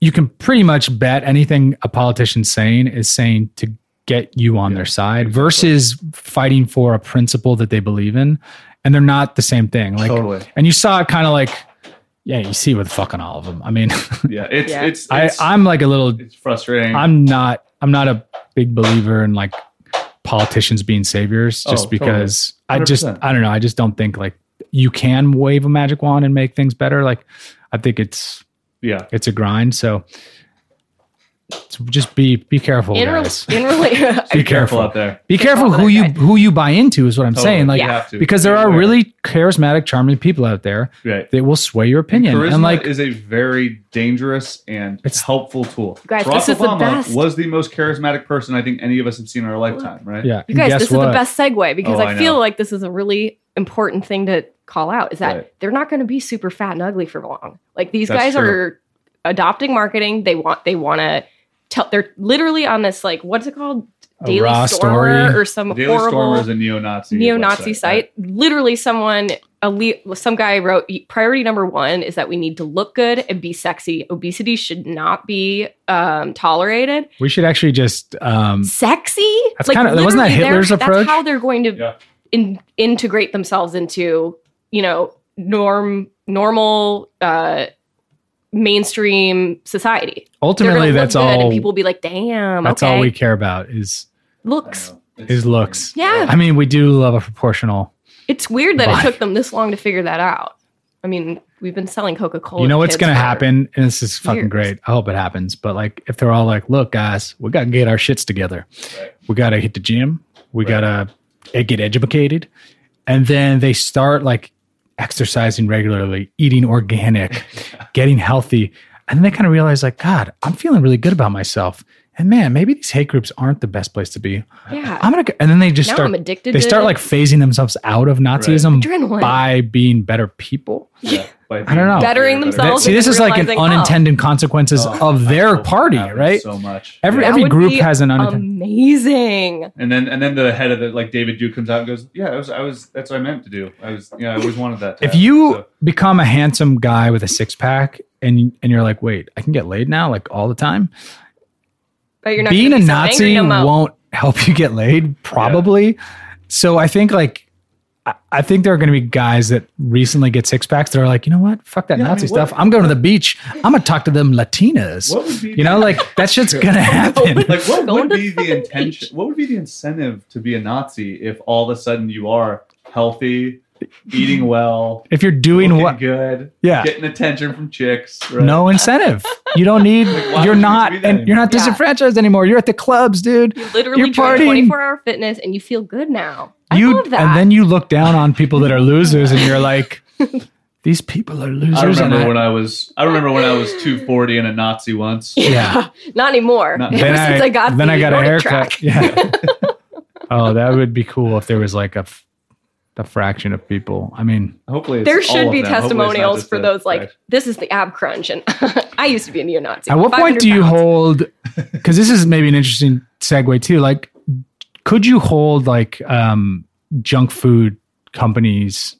you can pretty much bet anything a politician's saying is saying to get you on their side versus fighting for a principle that they believe in, and they're not the same thing. Like, Totally. and you saw it kind of like yeah, you see with fucking all of them. I mean, Yeah, it's Yeah. it's, I it's I'm like a little it's frustrating. I'm not I'm not a big believer in like politicians being saviors Oh, just totally. because I just 100%. I don't know I just don't think like you can wave a magic wand and make things better like I think it's yeah, it's a grind so so just be be careful In, rel guys. in relation, careful be careful out there. be careful careful who that you guy. who you buy into is what I'm Totally. saying like You Yeah. have to. because there Be are aware. really charismatic charming people out there right. that will sway your opinion Charisma and like is a very dangerous and It's- helpful tool. Guys, Barack this is the Obama best. was the most charismatic person I think any of us have seen in our lifetime, right? yeah You guys, guess this is what? the best segue because Oh, I I feel know. like this is a really important thing to call out is that Right. they're not going to be super fat and ugly for long. Like these That's guys true. are adopting marketing. They want they want to tell they're literally on this like what's it called A Daily raw Stormer story. or some Daily Stormer horrible is a neo-Nazi neo-Nazi website, site. Literally someone a le- some guy wrote priority number one is that we need to look good and be sexy. Obesity should not be um, tolerated. We should actually just um, Sexy? That's kinda- wasn't literally, that they're- Hitler's approach? That's how they're going to Yeah. in- integrate themselves into you know norm normal uh, mainstream society. They're gonna ultimately look that's good all And people will be like, "Damn, that's okay, all we care about is looks." his looks. Yeah, I mean, we do love a proportional. it's weird that Bye. it took them this long to figure that out. I mean, we've been selling Coca Cola. you know what's going to happen? And this is fucking years. great. I hope it happens. But like, if they're all like, look, guys, we got to get our shits together. Right. We got to hit the gym. We got to get educated. And then they start like exercising regularly, eating organic, getting healthy. And then they kind of realize, like, God, I'm feeling really good about myself. And man, maybe these hate groups aren't the best place to be. Yeah, I'm gonna, go- and then they just now start. I'm addicted. they to start like phasing themselves out of Nazism adrenaline. by being better people. Yeah, by I don't know. Bettering being That- themselves. see, this is like an realizing, oh. unintended consequences Oh, of I their hope it party, happens right? So much. every That every would group be um, has an unintended. amazing. And then and then the head of the like David Duke comes out and goes, Yeah, I was I was that's what I meant to do. I was yeah, I always wanted that. to if happen." you So- become a handsome guy with a six pack and and you're like, wait, I can get laid now, like all the time. But you're not Being gonna a be so angry Nazi no more. won't help you get laid, probably. So I think like. I- I think there are going to be guys that recently get six packs that are like, you know what? Fuck that Yeah, I Nazi mean, what- stuff. I'm going to the beach. I'm going to talk to them Latinas. What would be- you know, like that shit's going to happen. like what Going would to be fucking the intention beach. what would be the incentive to be a Nazi if all of a sudden you are healthy, eating well, if you're doing looking what, good, yeah. getting attention from chicks, right? no incentive. You don't need. why you're would you not. do that And you're not anymore? Yeah. disenfranchised anymore. You're at the clubs, dude. You literally You're join partying. 24 hour fitness and you feel good now. I you love that. and then you look down on people that are losers, and you're like, these people are losers. I and remember when I was I remember when I was 240 and a Nazi once. yeah. Not anymore. Not- Ever since I got then the I got a Nordic haircut. track. Yeah. oh, that would be cool if there was like a, f- a fraction of people. I mean, Hopefully it's There all should of be them. Hopefully it's not testimonials just for a- those like right. this is the ab crunch and I used to be a neo-Nazi. at what point do you 500 pounds. hold? Because this is maybe an interesting segue too. Like, could you hold like um, junk food companies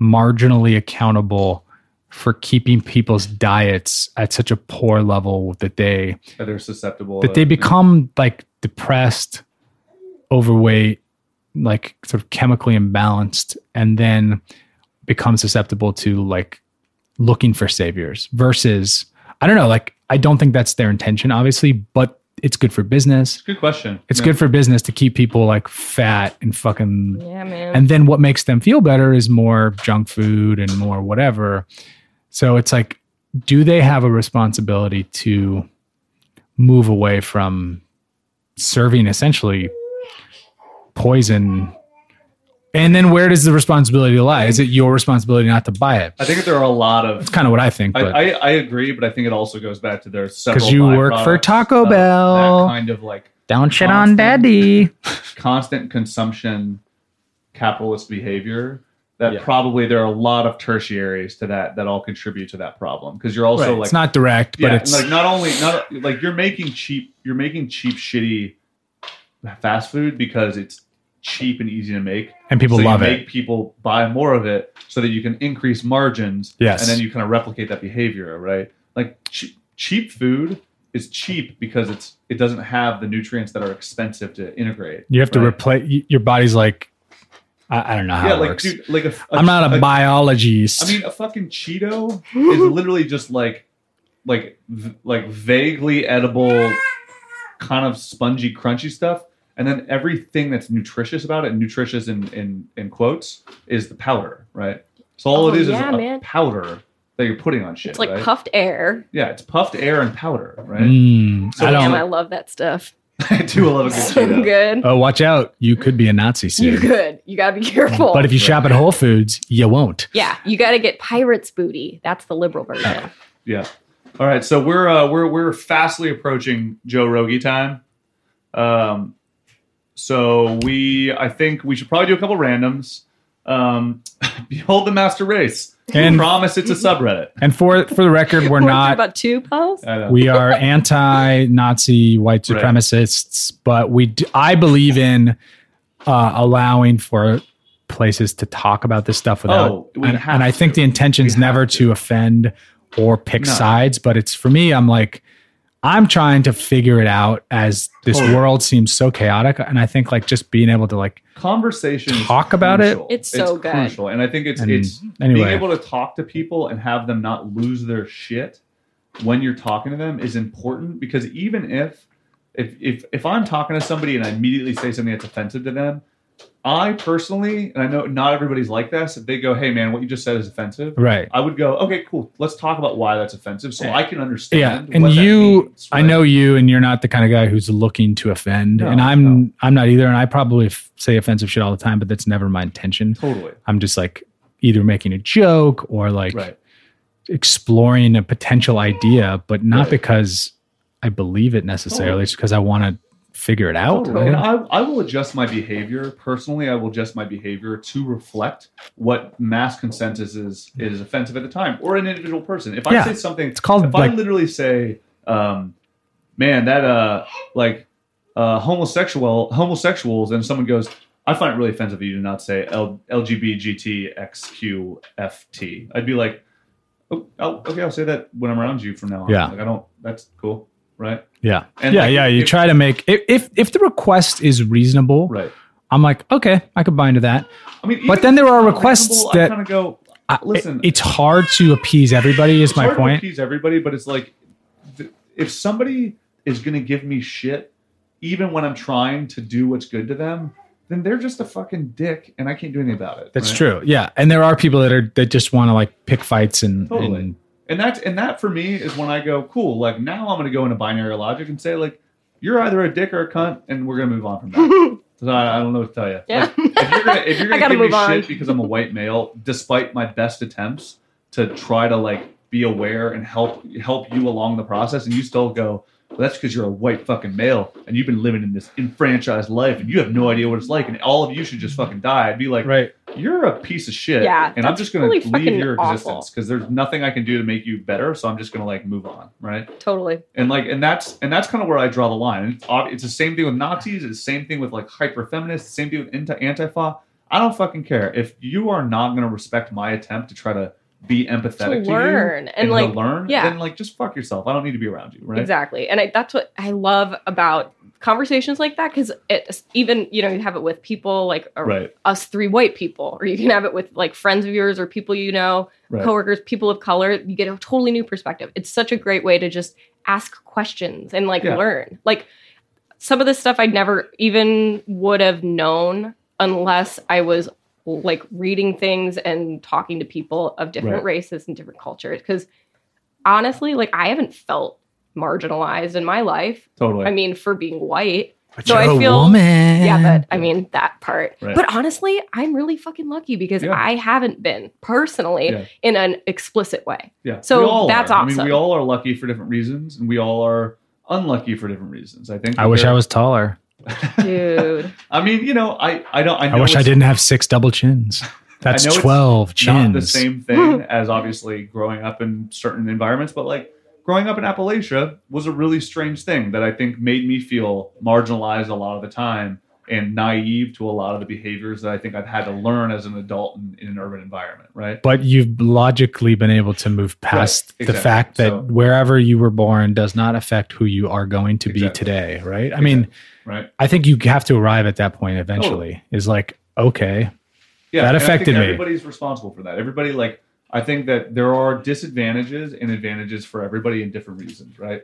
marginally accountable for keeping people's diets at such a poor level that they that they're susceptible that to- they become like depressed, overweight, like sort of chemically imbalanced, and then become susceptible to like looking for saviors versus I don't know, like I don't think that's their intention, obviously, but it's good for business. Good question. It's Yeah. good for business to keep people like fat and fucking Yeah, man. and then what makes them feel better is more junk food and more whatever. So it's like, do they have a responsibility to move away from serving essentially poison? And then where does the responsibility lie? Is it your responsibility not to buy it? I think there are a lot of That's kind of what I think. I, But I, I agree, but I think it also goes back to there's several. 'Cause you work for byproducts Taco of that Bell. kind of like don't shit Constant. on daddy. constant consumption, capitalist behavior. That Yeah. probably there are a lot of tertiaries to that that all contribute to that problem because you're also Right, like it's not direct, but yeah, it's like not only not like you're making cheap you're making cheap shitty fast food because it's cheap and easy to make and people so love you it. make people buy more of it so that you can increase margins Yes. and then you kind of replicate that behavior right like che- cheap food is cheap because it's it doesn't have the nutrients that are expensive to integrate You have to right? replace your body's like, I, I don't know how yeah it like works. dude like a, a I'm not a, a- biologist. I mean a fucking cheeto is literally just like like v- like vaguely edible kind of spongy crunchy stuff and then everything that's nutritious about it and nutritious in in, in quotes is the powder right so all Oh, it is yeah, is a man. powder that you're putting on shit it's like right? puffed air. yeah it's puffed air and powder right Mm, So I Damn, I don't. love that stuff. i do love a good So cheeto good. Oh, watch out! You could be a Nazi You soon. good. You gotta be careful. But if you shop at Whole Foods, you won't. yeah, you gotta get pirate's booty. That's the liberal version. Yeah. All right. So we're uh, we're we're fastly approaching Joe Rogi time. Um, so we I think we should probably do a couple randoms. Um, behold the master race. And- And promise it's a subreddit. And for for the record, We're we're not. about two posts. I know. We are anti-Nazi white Right. supremacists, but we. Do, I believe in uh, allowing for places to talk about this stuff without. Oh, we and, have and I think to. the intention's We have never to. offend or pick No. sides, but it's for me, I'm like, I'm trying to figure it out as this Totally. world seems so chaotic. And I think like just being able to like, Conversation. is Talk about it. crucial. It's so good. Crucial. And I think it's and it's being anyway, able to talk to people and have them not lose their shit when you're talking to them is important because even if if if, if I'm talking to somebody and I immediately say something that's offensive to them, I personally, and I know not everybody's like this, if they go, hey man, what you just said is offensive. right. I would go, okay, cool. Let's talk about why that's offensive, so I can Yeah, understand. and what that you, means, I right? know you, and you're not the kind of guy who's looking to offend, No, and I'm, no. I'm not either, and I probably f- say offensive shit all the time, but that's never my intention. totally I'm just like either making a joke or like right. exploring a potential idea, but not Right. because I believe it necessarily. It's because I want to figure it out. Totally. And I, I will adjust my behavior personally. I will adjust my behavior to reflect what mass consensus is is offensive at the time or an individual person. If I Yeah. say something, It's called, If I like- literally say, um, "Man, that uh, like uh, homosexual homosexuals," and someone goes, "I find it really offensive that you do not say L- LGBTQXQFT," I'd be like, oh, oh, "Okay, I'll say that when I'm around you from now on." Yeah. like I don't. That's cool, right? Yeah. And yeah. like, yeah. You if- try to make, if, if, if the request is reasonable, Right. I'm like, okay, I could buy into that. I mean, But even then if there it's are not requests reasonable, I that- kind of go. I, it- Listen. it's hard to appease everybody is it's my hard point. To appease everybody, but it's like th- if somebody is going to give me shit, even when I'm trying to do what's good to them, then they're just a fucking dick, and I can't do anything about it. That's right? true. Yeah. And there are people that are, that just want to like pick fights and, Totally. and And that's and that for me is when I go cool. Like now I'm going to go into binary logic and say like you're either a dick or a cunt, and we're going to move on from that. So I, I don't know what to tell you. Yeah. Like, if you're gonna, if you're I gonna gotta give me move on. shit because I'm a white male, despite my best attempts to try to like be aware and help help you along the process, and you still go, well, that's because you're a white fucking male and you've been living in this enfranchised life and you have no idea what it's like, and all of you should just fucking die. I'd be like, right. you're a piece of shit. Yeah, And I'm that's just gonna really leave fucking your awful. existence because there's nothing I can do to make you better. So I'm just gonna like move on, right? Totally. And like, and that's and that's kind of where I draw the line. And it's, ob- it's the same thing with Nazis. It's the same thing with like hyper feminists. Same thing with anti antifa. I don't fucking care if you are not gonna respect my attempt to try to be empathetic to, learn you and, like, to learn. yeah. Then like, just fuck yourself. I don't need to be around you, right? Exactly. And I, that's what I love about conversations like that because it's even, you know, you have it with people like ar- Right. us three white people, or you can have it with like friends of yours or people you know, Right. coworkers, people of color. You get a totally new perspective. It's such a great way to just ask questions and like Yeah. learn. Like some of this stuff I never even would have known unless I was like reading things and talking to people of different Right. races and different cultures. Because honestly, like I haven't felt marginalized in my life. Totally. I mean, for being white. But So you're I a feel- woman. Yeah, but I mean that part. Right. But honestly, I'm really fucking lucky because Yeah. I haven't been personally Yeah. in an explicit way. Yeah. So we all that's are. I mean, awesome. we all are lucky for different reasons, and we all are unlucky for different reasons. I think. I wish there- I was taller. Dude. I mean, you know, I I don't. I, I know wish I it's didn't have six double chins. That's know it's 12 chins. Not the same thing as obviously growing up in certain environments, but like growing up in Appalachia was a really strange thing that I think made me feel marginalized a lot of the time and naive to a lot of the behaviors that I think I've had to learn as an adult in, in an urban environment. Right. but you've logically been able to move past the exactly. fact that So- wherever you were born does not affect who you are going to be Exactly. today, right? I mean, Right. I think you have to arrive at that point eventually. Is like, okay, Yeah. That and I think affected me. Everybody's responsible for that. Everybody like. I think that there are disadvantages and advantages for everybody in different reasons, right?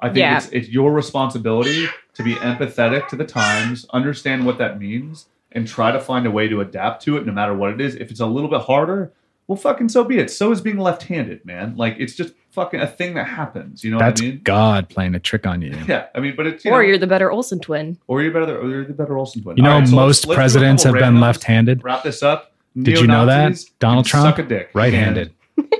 I think Yeah. it's, it's your responsibility to be empathetic to the times, understand what that means, and try to find a way to adapt to it no matter what it is. If it's a little bit harder, well, fucking so be it. So is being left handed, man. Like, it's just fucking a thing that happens. You know that's what I mean? God playing a trick on you. Yeah. I mean, but it's, you or know, you're the better Olsen twin. or you're better, or you're the better Olsen twin. You know, All right, so let's- most let's do a presidents have couple been randoms, left handed, Wrap this up. Did you know that? Neo-Nazis Donald can Trump, Suck a dick. right handed.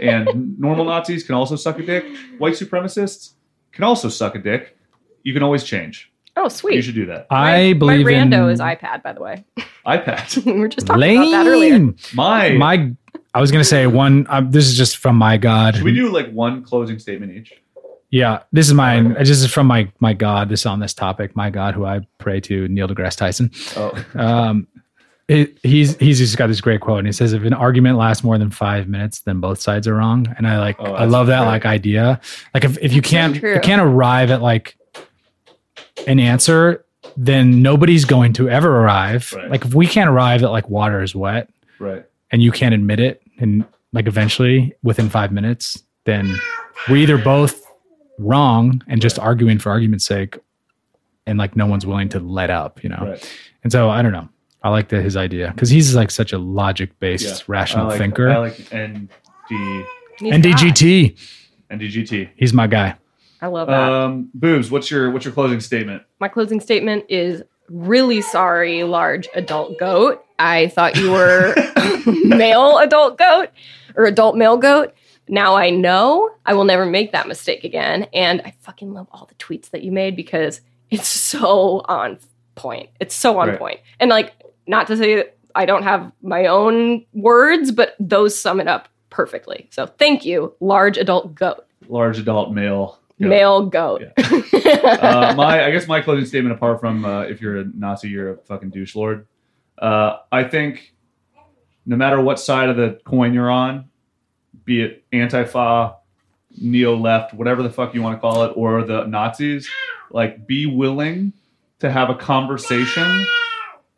and, and normal Nazis can also suck a dick. White supremacists can also suck a dick. You can always change. Oh, You sweet. should do that. I my, believe my rando in is iPad, by the way. iPad. we were just talking about that earlier. Lame. My, My, I was gonna say one. Um, this is just from my God. Should we do like one closing statement each? Yeah, this is mine. This is from my my God. This on this topic. My God, who I pray to, Neil deGrasse Tyson. Oh, Um, It, he's he's just got this great quote, and he says, "If an argument lasts more than five minutes, then both sides are wrong." And I like, Oh, I that's love that true. like idea. Like if, if you so can't true. you can't arrive at like an answer, then nobody's going to ever arrive. Right. Like if we can't arrive at like water is wet, Right. and you can't admit it, and like eventually within five minutes, then we're either both wrong and just arguing for argument's sake, and like no one's willing to let up. You know. Right. And so I don't know. I like that his idea because he's like such a logic based, Yeah. I rational like, thinker. I like ND, He's and hot. DGT, NDGT. he's my guy. I love that. Um, boobs. What's your what's your closing statement? My closing statement is really sorry, large adult goat. I thought you were male adult goat or adult male goat. Now I know I will never make that mistake again. And I fucking love all the tweets that you made because it's so on point. It's so on Right. point. And like, not to say that I don't have my own words, but those sum it up perfectly. So thank you, large adult goat, Large adult male. Go. male goat. uh, my I guess my closing statement, apart from uh, if you're a Nazi, you're a fucking douche lord. Uh, I think no matter what side of the coin you're on, be it anti-fa, neo left, whatever the fuck you want to call it, or the Nazis, like be willing to have a conversation,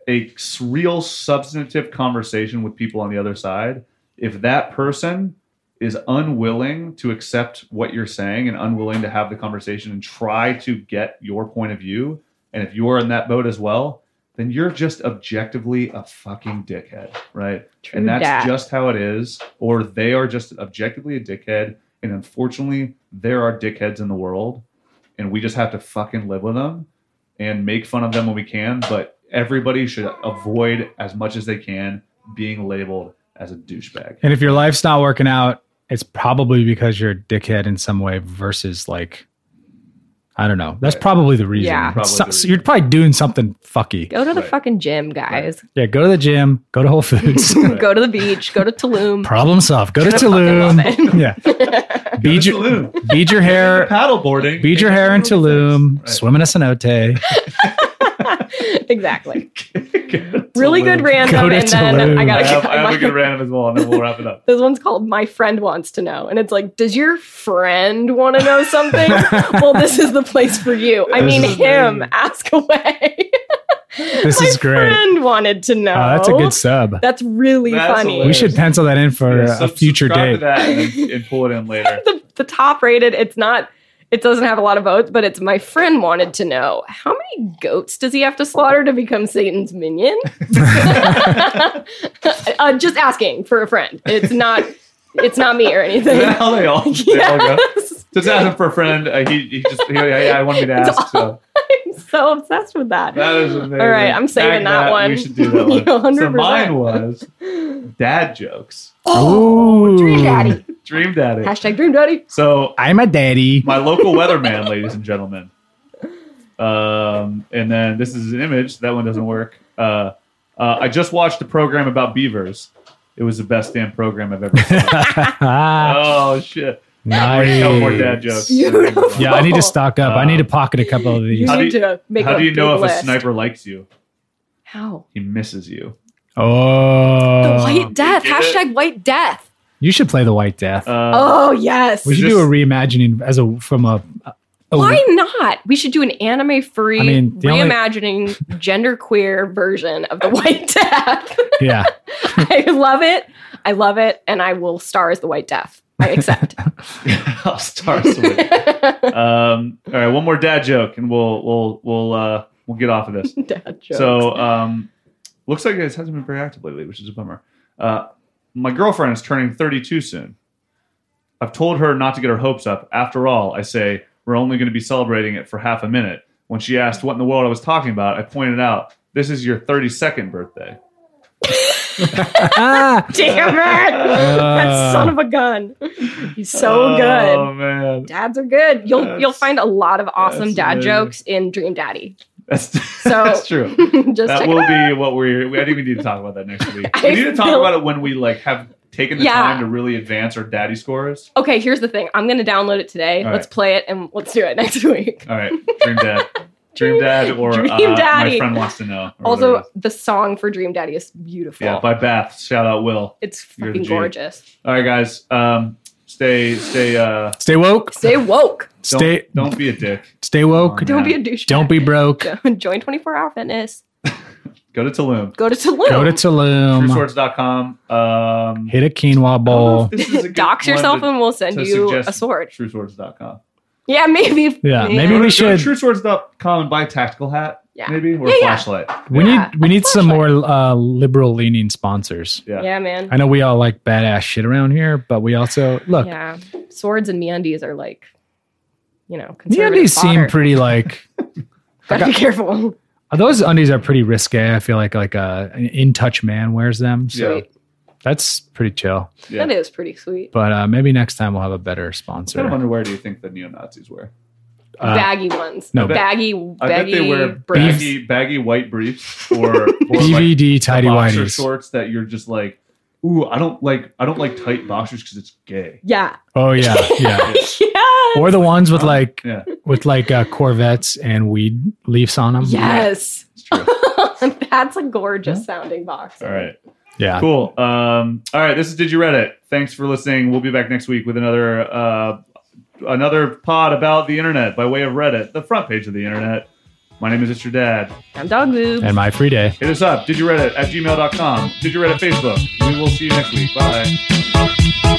a s- real substantive conversation with people on the other side. If that person is unwilling to accept what you're saying and unwilling to have the conversation and try to get your point of view, and if you're in that boat as well, then you're just objectively a fucking dickhead, right? True and that's dat. just how it is, or they are just objectively a dickhead. And unfortunately, there are dickheads in the world, and we just have to fucking live with them and make fun of them when we can. But everybody should avoid as much as they can being labeled as a douchebag. And if your life's not working out, it's probably because you're a dickhead in some way versus like, I don't know. That's Right. probably the reason. Yeah. Probably So- the so reason. you're probably doing something fucky. Go to the Right. fucking gym, guys. Yeah, go to the gym, go to Whole Foods, go to the beach, go to Tulum. problem solved, go to I fucking Tulum. Yeah. Bead to your, Tulum. bead your hair, Paddleboarding. bead your hair in Tulum, Right. swim in a cenote. exactly. Really good random, Go to and then I Tulum. I gotta. have, I have my- a good random as well, and then we'll wrap it up. this one's called "My Friend Wants to Know," and it's like, does your friend want to know something? well, this is the place for you. I This mean, is him. Ask away. This my is great. friend wanted to know. Oh, that's a good sub. That's really That's funny. We should pencil that in Yeah, for a sub- future subscribe to date. that and, then- and pull it in later. the, the top rated. It's not. It doesn't have a lot of votes, but it's my friend wanted to know how many goats does he have to slaughter to become Satan's minion? uh, just asking for a friend. It's not. It's not me or Is anything. that how they all, they all go? Yes. Just ask him for a friend. Uh, he, he just he, I, I wanted me to It's ask. So I'm so obsessed with that. that is amazing. All right, I'm saving Back that one. We should do that one. Yeah, 100%. So mine was dad jokes, Ooh. Dream Oh, daddy. dream daddy. Hashtag dream daddy. So I'm a daddy. my local weatherman, ladies and gentlemen. Um, and then this is an image. That one doesn't work. Uh, uh, I just watched a program about beavers. It was the best damn program I've ever seen. oh shit! nice. No more dad jokes. Beautiful. Yeah, I need to stock up. I need to Um, pocket a couple of You these. How do need you- to make How a do you know if big a list. sniper likes you? How? He misses you. The Oh, white death. Uh, get it? Hashtag white death. you should play the White Death. Uh, Oh yes. we should just- do a reimagining as a from a. a Why not? We should do an anime free Oh, I mean, the only- reimagining genderqueer version of the White Death. Yeah, I love it. I love it. And I will star as the White Death. I accept. I'll start with. um, all right, one more dad joke, and we'll we'll we'll uh, we'll get off of this. Dad jokes. So, um, looks like it hasn't been very active lately, which is a bummer. Uh, my girlfriend is turning 32 soon. I've told her not to get her hopes up. After all, I say, we're only going to be celebrating it for half a minute. When she asked what in the world I was talking about, I pointed out, this is your 32nd birthday. ah, Damn it! Uh, that son of a gun. He's so Oh, good. man. Dads are good. You'll That's- you'll find a lot of awesome that's dad amazing. jokes in Dream Daddy. That's, that's true. Just that check will it out. be what we're. We, I think we need to talk about that next week. I We need to talk feel- about it when we like have taken the Yeah. time to really advance our daddy scores. Okay, here's the thing. I'm gonna download it today. All let's play it and let's do it next week. All right, dream dad. Dream Dad or Dream uh, Daddy. My Friend Wants to Know. or whatever it Also, is. the song for Dream Daddy is beautiful. yeah, by Bath. Shout out Will. it's You're the fucking G. gorgeous. All right, guys. Um, stay, stay, uh, Stay woke. Stay woke. don't, Stay don't be a dick. stay woke. Come Don't be Yeah. a douche. Don't be broke. Join 24 Hour Fitness. Go to Tulum. Go to Tulum. Go to Tulum. TrueSwords.com. Um, Hit a quinoa I don't know if bowl. this is a good Dox one yourself to- and we'll send to you suggest a sword. TrueSwords.com. Yeah, maybe. Yeah, maybe Go we to should- TrueSwords.com and buy a tactical hat, Yeah. maybe, or Yeah, a yeah. flashlight. We Yeah. need we need some more uh, liberal leaning sponsors. Yeah. Yeah, man. I know we all like badass shit around here, but we also look. Yeah. Swords and meandies are like, you know, The conservative undies fodder. seem pretty like Gotta be careful. those undies are pretty risque. I feel like like a an in touch man wears them. So Yeah. Sweet. that's pretty chill. Yeah. That is pretty sweet. But uh, maybe next time we'll have a better What kind of sponsor. underwear do you think the neo Nazis wear? Uh, baggy ones. no. I bet- baggy, I baggy. bet they wear briefs. baggy, baggy white briefs or, or like DVD tidy the boxer whities. shorts that you're just like, ooh, I don't like, I don't like tight boxers because it's gay. Yeah. Oh yeah, yeah. yes. Or the ones with Huh? like Yeah, with like uh, Corvettes and weed leaves on them. yes. it's true. That's a gorgeous sounding box. All right, Yeah. coul cool. Um, all right, this is Did You Read It? Thanks for listening. We'll be back next week with another uh, another pod about the internet by way of Reddit, the front page of the internet. My name is It's Your Dad. I'm Dog Lube. And my free day. Hit us up. Did you read it at gmail.com? Did you read it Facebook? We will see you next week. Bye.